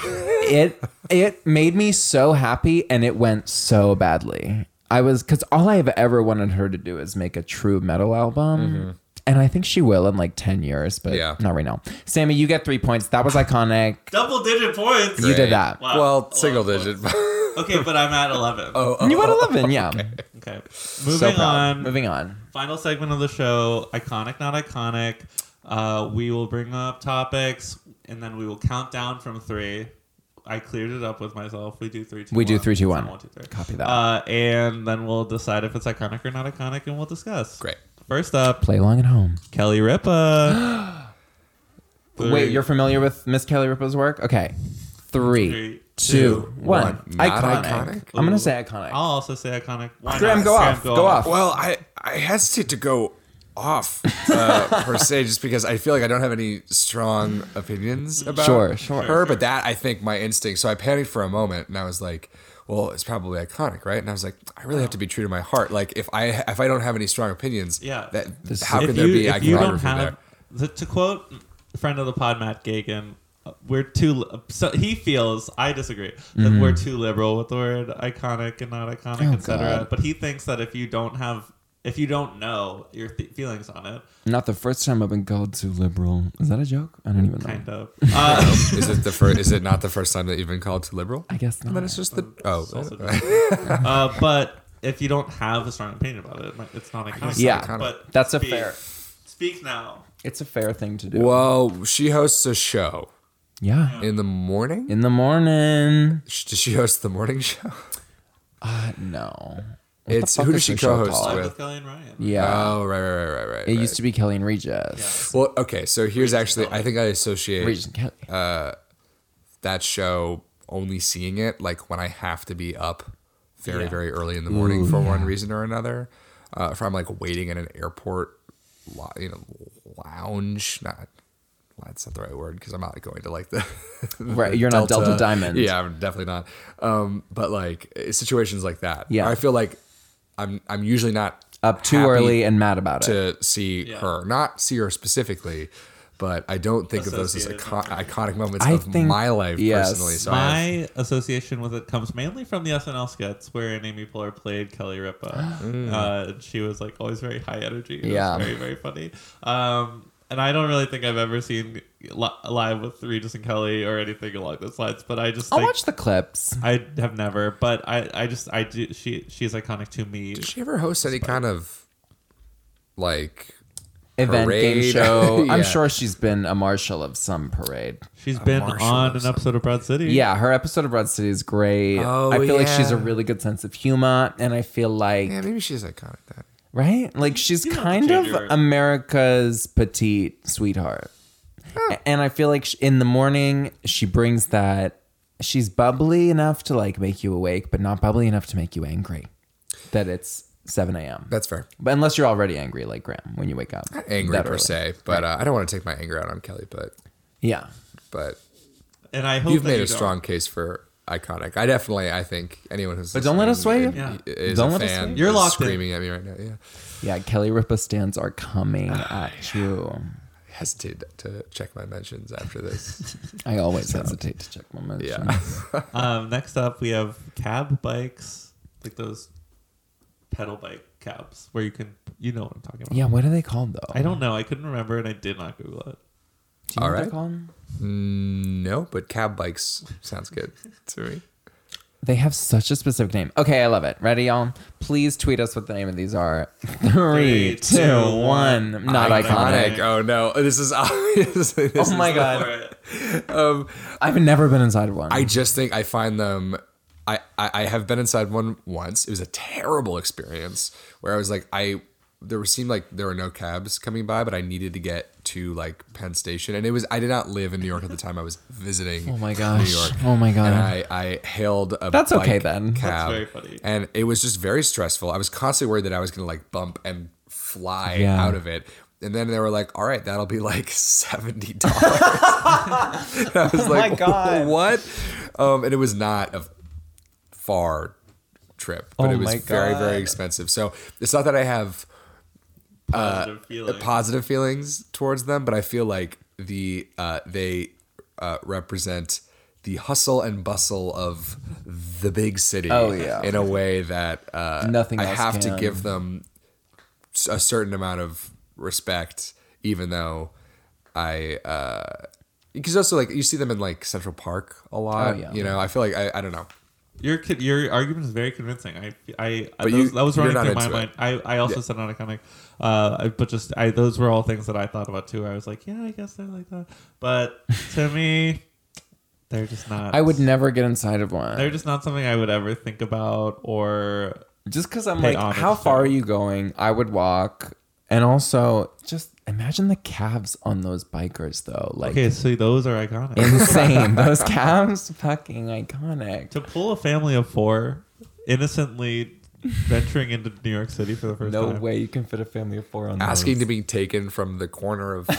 it. It made me so happy, and it went so badly. I was because all I have ever wanted her to do is make a true metal album. And I think she will in like 10 years, but Yeah. not right now. Sammy, you get three points. That was iconic. Double digit points. You did that. Wow. Well, single digit. Oh, Okay, but I'm at eleven. Oh, You had 11, yeah. okay. Moving So proud. on. Moving on. Final segment of the show: iconic, not iconic. Uh, we will bring up topics, and then we will count down from three. I cleared it up with myself. We do three, two, We do one. three, two, It's one. not one, two, three. Copy that. Uh, and then we'll decide if it's iconic or not iconic, and we'll discuss. Great. First up, Play along at home. Kelly Ripa. Wait, you're familiar with Miss Kelly Ripa's work? Okay. Three, Three, two, one. one. Not Iconic. iconic? I'm gonna say iconic. I'll also say iconic. Why Graham, not? go off. Go off. Well, I, I hesitate to go off uh, per se just because I feel like I don't have any strong opinions about Sure, sure. her, but that I think my instinct. So I panicked for a moment and I was like, well, it's probably iconic, right? And I was like, I really have to be true to my heart. Like if I if I don't have any strong opinions, Yeah. that This- how If could there you- be if you don't iconography there? have, the, to quote friend of the pod Matt Gagan, uh, we're too. li- So he feels I disagree that we're too liberal with the word iconic and not iconic, Oh, etc. God. But he thinks that if you don't have, if you don't know your th- feelings on it, Not the first time I've been called too liberal. Is that a joke? I don't even know. kind of. Uh, Is it the first? Is it not the first time that you've been called too liberal? I guess not. Then it's just the oh, it's also just- uh, but if you don't have a strong opinion about it, like, it's not iconic. Yeah, iconic. but That's a speak- fair- Speak now. It's a fair thing to do. well, she hosts a show yeah. in the morning. In the morning. Sh- Does she host the morning show? No. It's fuck who does is she her show co-host called? Uh, I'm with? with Kelly and Ryan. Yeah. Oh, right, right, right, right, right. it used to be Kelly and Regis. Well, okay. So here's actually, I think I associate Regis and Kelly. Uh, that show only seeing it like when I have to be up very, very early in the morning for one reason or another. Uh, if I'm like waiting in an airport, lo- you know, lounge, not. well, That's not the right word because I'm not going to like the Right, you're not Delta Diamond. Yeah, I'm definitely not. Um, but like eh, situations like that, Yeah. I feel like I'm I'm usually not Up too happy early and mad about it. to see Yeah. her, not see her specifically, but I don't think of those as Associated icon- iconic moments I of think- my life yes. personally. So I have- My association with it comes mainly from the SNL skits where Amy Poehler played Kelly Ripa. Mm. uh, and she was like always very high energy. It was Yeah. very very funny. Um, and I don't really think I've ever seen li- live with Regis and Kelly or anything along those lines. But I just I'll think- watch the clips. I have never, but I, I just I do she she's iconic to me. did she ever host any kind of like? Event, game Parade. show. Yeah. I'm sure she's been a marshal of some parade. She's been Marshall on or an episode of Broad City. Yeah, her episode of Broad City is great. Oh, I feel like yeah. she's a really good sense of humor, and I feel like Yeah, maybe she's iconic. That right, like she's You don't have to kind of change her. America's petite sweetheart. A- And I feel like sh- in the morning she brings that. She's bubbly enough to like make you awake, but not bubbly enough to make you angry. That it's seven a.m. that's fair. But unless you're already angry, like Graham, when you wake up, Angry that per early. se, but uh, I don't want to take my anger out on Kelly. But Yeah, but and I hope you've that made you a don't. strong case for iconic. I definitely, I think anyone who's But don't let us listening sway you. and Yeah. Is Don't a let us fan sway you. You're is locked in. screaming at me right now. Yeah, yeah. Kelly Ripa stands are coming Ah, at you. I hesitate to check my mentions after this. I always hesitate to check my mentions. Yeah. Um, next up, we have cab bikes, like those pedal bike cabs where you can, you know what I'm talking about. Yeah, what are they called though? I don't know. I couldn't remember, and I did not Google it. Do you know All what they're right. called? No, but cab bikes sounds good to me. They have such a specific name. Okay, I love it. Ready, y'all? Please tweet us what the name of these are. Three, Three, two, two, one. Not iconic. Iconic. Oh no, this is obvious. This Oh my is- For god. it. I've never been inside one. I just think I find them. I, I I have been inside one once. It was a terrible experience where I was like I there were, seemed like there were no cabs coming by, but I needed to get to like Penn Station, and it was I did not live in New York at the time. I was visiting. oh my New gosh. York. Oh my god. and I, I hailed a That's okay bike then. That's cab, very funny. and it was just very stressful. I was constantly worried that I was gonna like bump and fly Yeah. out of it. And then they were like, "All right, that'll be like seventy dollars." I was like, God. "What?" Um, and it was not a far trip, but Oh it was my very, God. very expensive. So it's not that I have Uh, Positive feeling. positive feelings towards them, but I feel like the uh, they uh, represent the hustle and bustle of the big city. Oh, yeah. in a way that uh, Nothing I else have can. to give them s- a certain amount of respect, even though I. Uh, because also like you see them in like Central Park a lot, Oh, yeah. you know. I feel like I, I don't know. your con- your argument is very convincing. I I But those, you- that was you're running not through my mind. into it. I, I also Yeah. said not iconic, uh, I- but just I those were all things that I thought about too. Where I was like, yeah, I guess they're like that, but to me, they're just not. I would never get inside of They're one. just not something I would ever think about or Just because I'm Pay like, homage how far to- are you going? I would walk. And also, just imagine the calves on those bikers, though. Like, Okay, so those are iconic. insane. those calves, fucking iconic. to pull a family of four innocently venturing into New York City for the first No time. way you can fit a family of four on asking to those. be taken from the corner of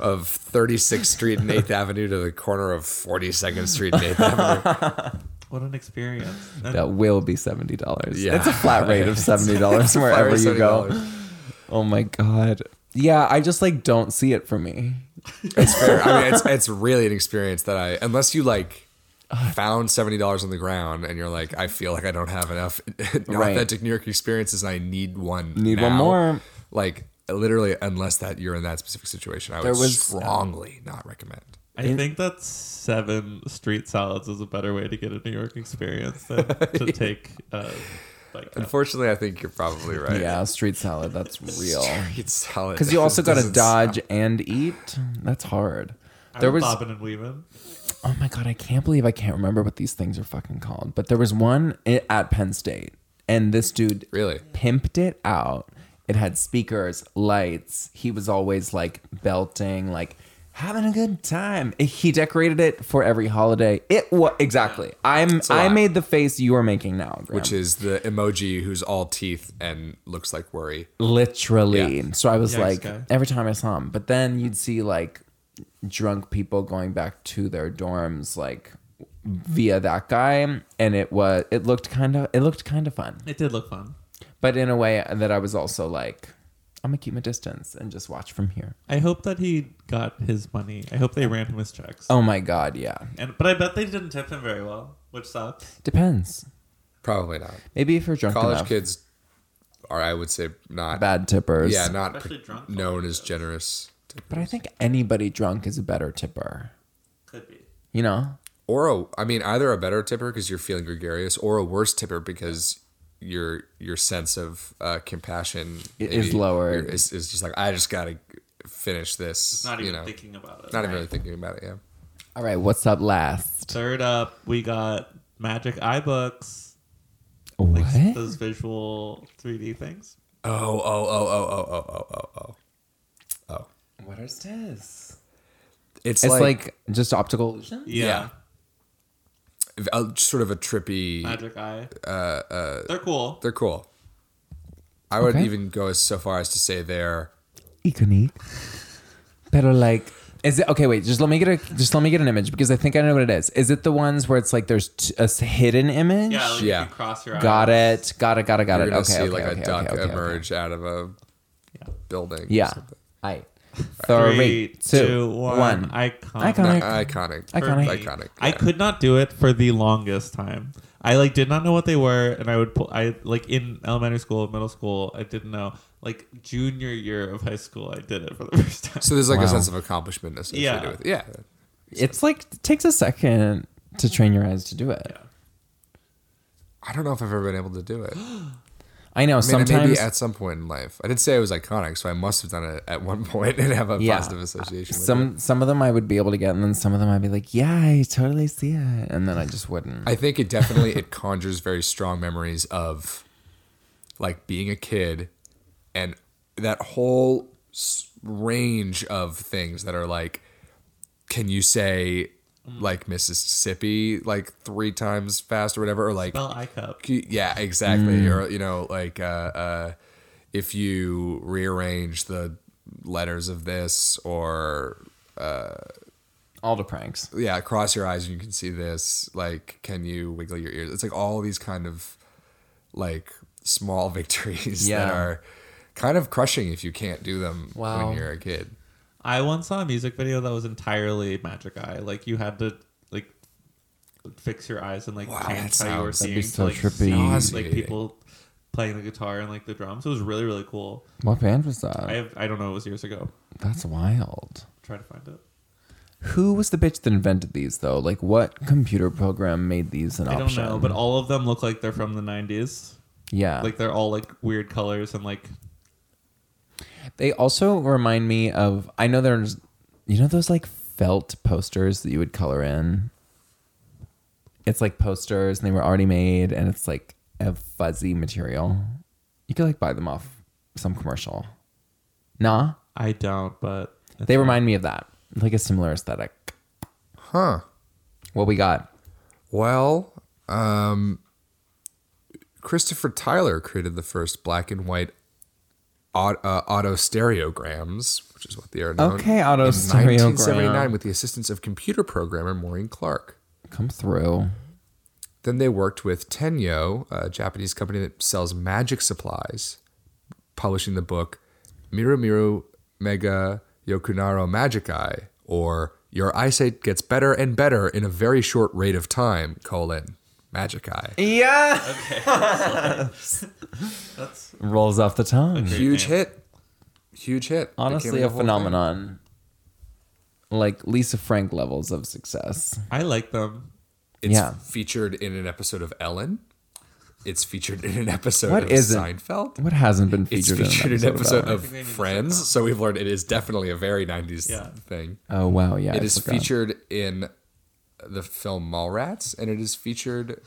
of 36th Street and 8th Avenue to the corner of 42nd Street and 8th Avenue. What an experience. And That will be seventy dollars. Yeah. it's a flat rate of seventy dollars wherever you go. $70. Oh my god. Yeah, I just like don't see it for me. It's fair. I mean, it's it's really an experience that I unless you like found seventy dollars on the ground and you're like, I feel like I don't have enough Right. authentic New York experiences and I need one. Need one now. more. Like literally, unless that you're in that specific situation, I would There was- uh, strongly not recommend. I think that seven street salads is a better way to get a New York experience than to take uh, like Unfortunately, I think you're probably right. Yeah, street salad. That's real. It's solid. Because you also got to Doesn't dodge and eat. That's hard. there There was bobbing and weaving. oh my god, I can't believe I can't remember what these things are fucking called. But there was one i- at Penn State, and this dude Really? pimped it out. It had speakers, lights. He was always like belting, like having a good time. He decorated it for every holiday. It was exactly. I'm a I lot. made the face you are making now, Graham. which is the emoji who's all teeth and looks like worry. literally. Yeah. So I was Yikes, like, guy. every time I saw him. But then you'd see like drunk people going back to their dorms, like via that guy, and it was it looked kind of it looked kind of fun, It did look fun. but in a way that I was also like, I'm gonna keep my distance and just watch from here. I hope that he got his money. I hope they ran him his checks. Oh my god, yeah. And but I bet they didn't tip him very well, which sucks. Depends. Probably not. Maybe if you're drunk College enough, kids are, I would say, not bad tippers. Yeah, not Especially pr- drunk known as generous But I think anybody drunk is a better tipper. Could be. You know? or a, I mean either a better tipper because you're feeling gregarious or a worse tipper because your your sense of uh, compassion I- is maybe lower. is, is just like I just gotta finish this Not even you know thinking about it. not even really thinking about it yeah All right, what's up last? Third up, we got Magic iBooks. What? Like those visual 3D things. oh oh oh oh oh oh oh oh oh What is this? it's, It's like, like, just optical illusion? Yeah. a, sort of a trippy Magic Eye. Uh, uh, They're cool. they're cool I would Okay. even go as so far as to say they're Iconique. Pero like is it okay? Wait, just let me get a just let me get an image because I think I know what it is. Is it the ones where it's like there's t- a s- hidden image? yeah, like yeah. if you cross your eyes. Got it. Got it. Got it. Got you're it. gonna Okay. see okay, like okay, a duck okay, okay, Okay. emerge out of a building or Yeah. something. I. Three, Three, two, one. Iconic. Iconic. iconic Iconic. For me, iconic I could not do it for the longest time. I like did not know what they were, and I would pull. I like in elementary school, middle school, I didn't know. Like junior year of high school, I did it for the first time. So there's like Wow. a sense of accomplishment associated Yeah. with it. Yeah. It's like it takes a second to train your eyes to do it. I don't know if I've ever been able to do it. I mean, I know. sometimes maybe at some point in life. I did say it was iconic, so I must have done it at one point and have a Yeah. positive association with it. some some of them I would be able to get, and then some of them I'd be like, yeah, I totally see it, and then I just wouldn't. I think it definitely it conjures very strong memories of like being a kid and that whole s- range of things that are like can you say like Mississippi like three times fast or whatever or like Well, I cup. Cu- Yeah, exactly. Or you know, like uh, uh, if you rearrange the letters of this, or All the pranks. yeah, cross your eyes and you can see this. Like, can you wiggle your ears? It's like all these kind of like small victories that Yeah. are kind of crushing if you can't do them Wow. when you're a kid. I once saw a music video that was entirely Magic Eye. Like you had to like fix your eyes and like Wow, change that how you were sounds- that'd seeing. be so to, like, trippy. see, Like people playing the guitar and like the drums. It was really really cool. What band was that? I have, I don't know. It was years ago. That's wild. Try to find it. Who was the bitch that invented these though? Like, what computer program made these an I don't option? know, but all of them look like they're from the '90s. Ah. yeah, Like they're all like weird colors and like they also remind me of. I know there's, you know, those like felt posters that you would color in. It's like posters, and they were already made, and it's like a fuzzy material. You could like buy them off some commercial. Nah, I don't, but they remind me of that, like a similar aesthetic. Huh. What we got? Well, um, Christopher Tyler created the first black and white auto, uh, auto stereograms, which is what they are known. Okay, auto Oh, in stereogram. 1979 with the assistance of computer programmer Maureen Clark. Come through. Then they worked with Tenyo, a Japanese company that sells magic supplies, publishing the book Miru Miru Mega Yokunaro Magic Eye, or Your Eyesight Gets Better and Better in a Very Short Rate of Time, colon, Magic Eye. Yeah. Rolls off the tongue. Huge hit. Huge hit. They Honestly, came a with the whole phenomenon. Like Lisa Frank levels of success. I like them. thing. It's Yeah. featured in an episode of Ellen. It's featured in an episode What of isn't? Seinfeld. What hasn't been It's featured, featured in an episode of think we need to check Friends. So we've learned it is definitely a very 90s Yeah. thing. Oh wow, yeah. It I is forgot. featured in the film Mallrats, and it is featured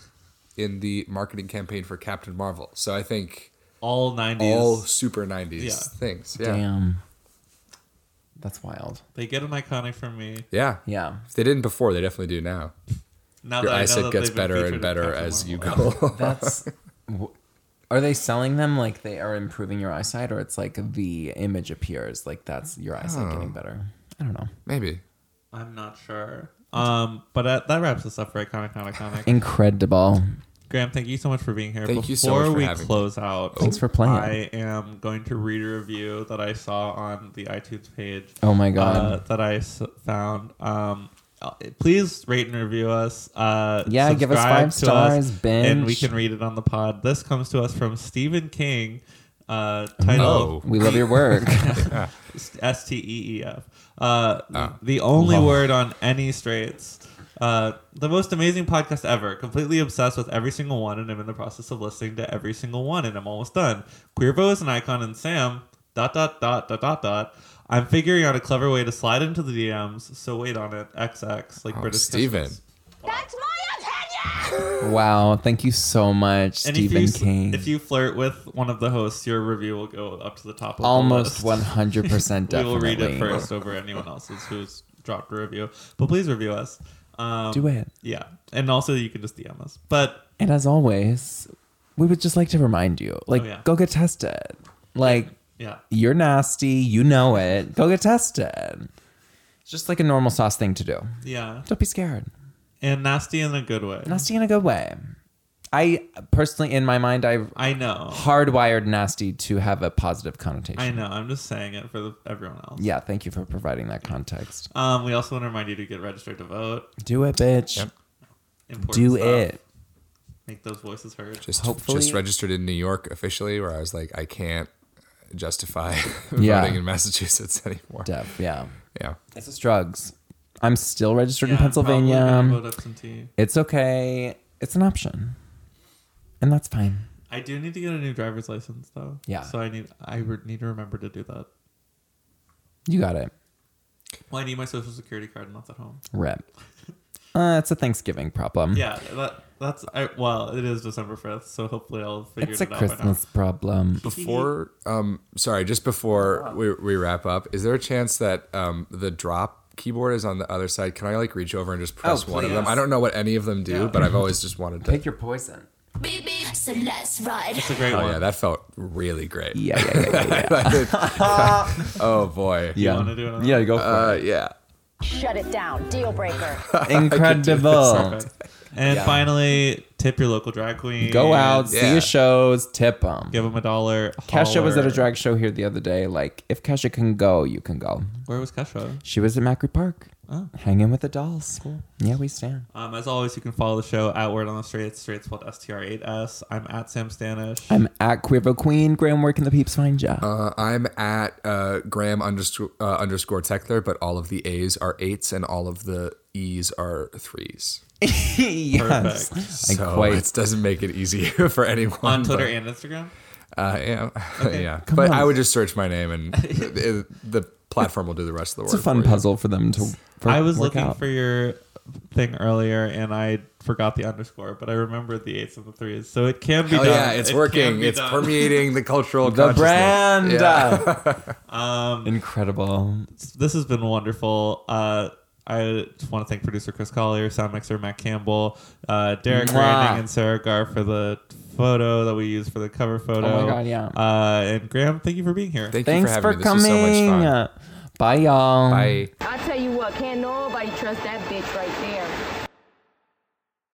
in the marketing campaign for Captain Marvel. So I think All nineties. all super 90s Yeah. things. Yeah. Damn. That's wild. They get an iconic from me. Yeah. Yeah. If they didn't before, they definitely do now. Now Your that I know eyesight that gets they've been better featured and in better Captain as you Marvel. go. That's. w- are they selling them like they are improving your eyesight, or it's like the image appears like that's your eyesight Oh. getting better? I don't know. Maybe. I'm not sure. Um, but uh, that wraps us up for iconic, not iconic. Incredible. Graham, thank you so much for being here. Thank Before you so much for we having me. close out, Thanks for playing. I am going to read a review that I saw on the iTunes page. Oh my God. Uh, that I s- found. Um, uh, please rate and review us. Uh, Yeah, give us subscribe five to stars, us, binge. and we can read it on the pod. This comes to us from Stephen King. Uh, title Oh. We love your work. S T E E F. Uh, Ah. The only word on any straits. Uh, the most amazing podcast ever. Completely obsessed with every single one, and I'm in the process of listening to every single one, and I'm almost done. Queerbo is an icon, and Sam. Dot dot dot dot dot dot. I'm figuring out a clever way to slide into the DMs. So wait on it. XX like Oh, British Steven. Christmas. That's my opinion! wow. Thank you so much, And Stephen if you, King. If you flirt with one of the hosts, your review will go up to the top. of Almost the list. one hundred percent we definitely. will read it first over anyone else's who's dropped a review. But please review us. Um, Do it. Yeah, and also you can just DM us. But And as always, we would just like to remind you, like, Oh, yeah. go get tested. Like, yeah, you're nasty. You know it. Go get tested. It's just like a normal sauce thing to do. yeah, Don't be scared. and nasty in a good way. Nasty in a good way. I personally, in my mind, I've I know, hardwired nasty to have a positive connotation. I know. I'm just saying it for the, everyone else. Yeah, thank you for providing that context. Um, we also want to remind you to get registered to vote. Do it, bitch. Yep. Important Do stuff. it. Make those voices heard. Just Hopefully- just registered in New York officially, where I was like, I can't justify Yeah. voting in Massachusetts anymore. Deb, yeah. Yeah. It's just drugs. I'm still registered Yeah, in Pennsylvania. probably gonna vote absentee. It's okay. It's an option. And that's fine. I do need to get a new driver's license though. Yeah. So I need I re- need to remember to do that. You got it. Well, I need my social security card and that's at home. Rip. Uh, it's a Thanksgiving problem. Yeah, that, that's I, well, it is December fifth, so hopefully I'll figure It's a it out by now. Christmas problem. Before, um, sorry, just before we, we wrap up, is there a chance that um, the drop keyboard is on the other side? Can I like reach over and just press one of them? I don't know what any of them do, but I've always just wanted to. Pick your poison. Beep beep, so let's ride. It's a great Oh one. yeah, that felt really great. Yeah, yeah, yeah, yeah. Oh boy. yeah. wanna do another? yeah, go for Uh, yeah. Shut it down. Deal breaker. it. Incredible. And finally, tip your local drag queen. Go out, see Yeah. your shows, tip them. give them a dollar. Kesha was at a holler. drag show here the other day. Like, if Kesha can go, you can go. Where was Kesha? She was at Macri Park, Oh. hanging with the dolls. Yeah, we stand. Um, as always, you can follow the show at Word on the Streets. Streets spelled S T R 8 S. I'm at Sam Stanish. I'm at Queervo Queen. Graham, where can the peeps find ya? Uh, I'm at uh, Graham underscore, uh, underscore Techler, but all of the A's are eights and all of the E's are threes. yes. Perfect. I so quite- it doesn't make it easier for anyone. On Twitter but- and Instagram. Uh, yeah, yeah. But I would just search my name, and the, the platform will do the rest of the work. It's a fun for you. puzzle for them to. For, I was work looking out. for your thing earlier, and I forgot the underscore, but I remember the eights and the threes, so it can be Oh done. yeah, it's It can working. be It's done. permeating the cultural The consciousness. brand. Uh, Yeah. um, Incredible. this has been wonderful. Uh, I just want to thank producer Chris Collier, sound mixer Matt Campbell, uh, Derek Mwah. Reining, and Sarah Gar for the photo that we used for the cover photo. Oh my God, yeah. Uh, and Graham, thank you for being here. Thank Thanks you for, for having me. coming. This was so much fun. Bye, y'all. Bye. I tell you what, can't nobody trust that bitch right there.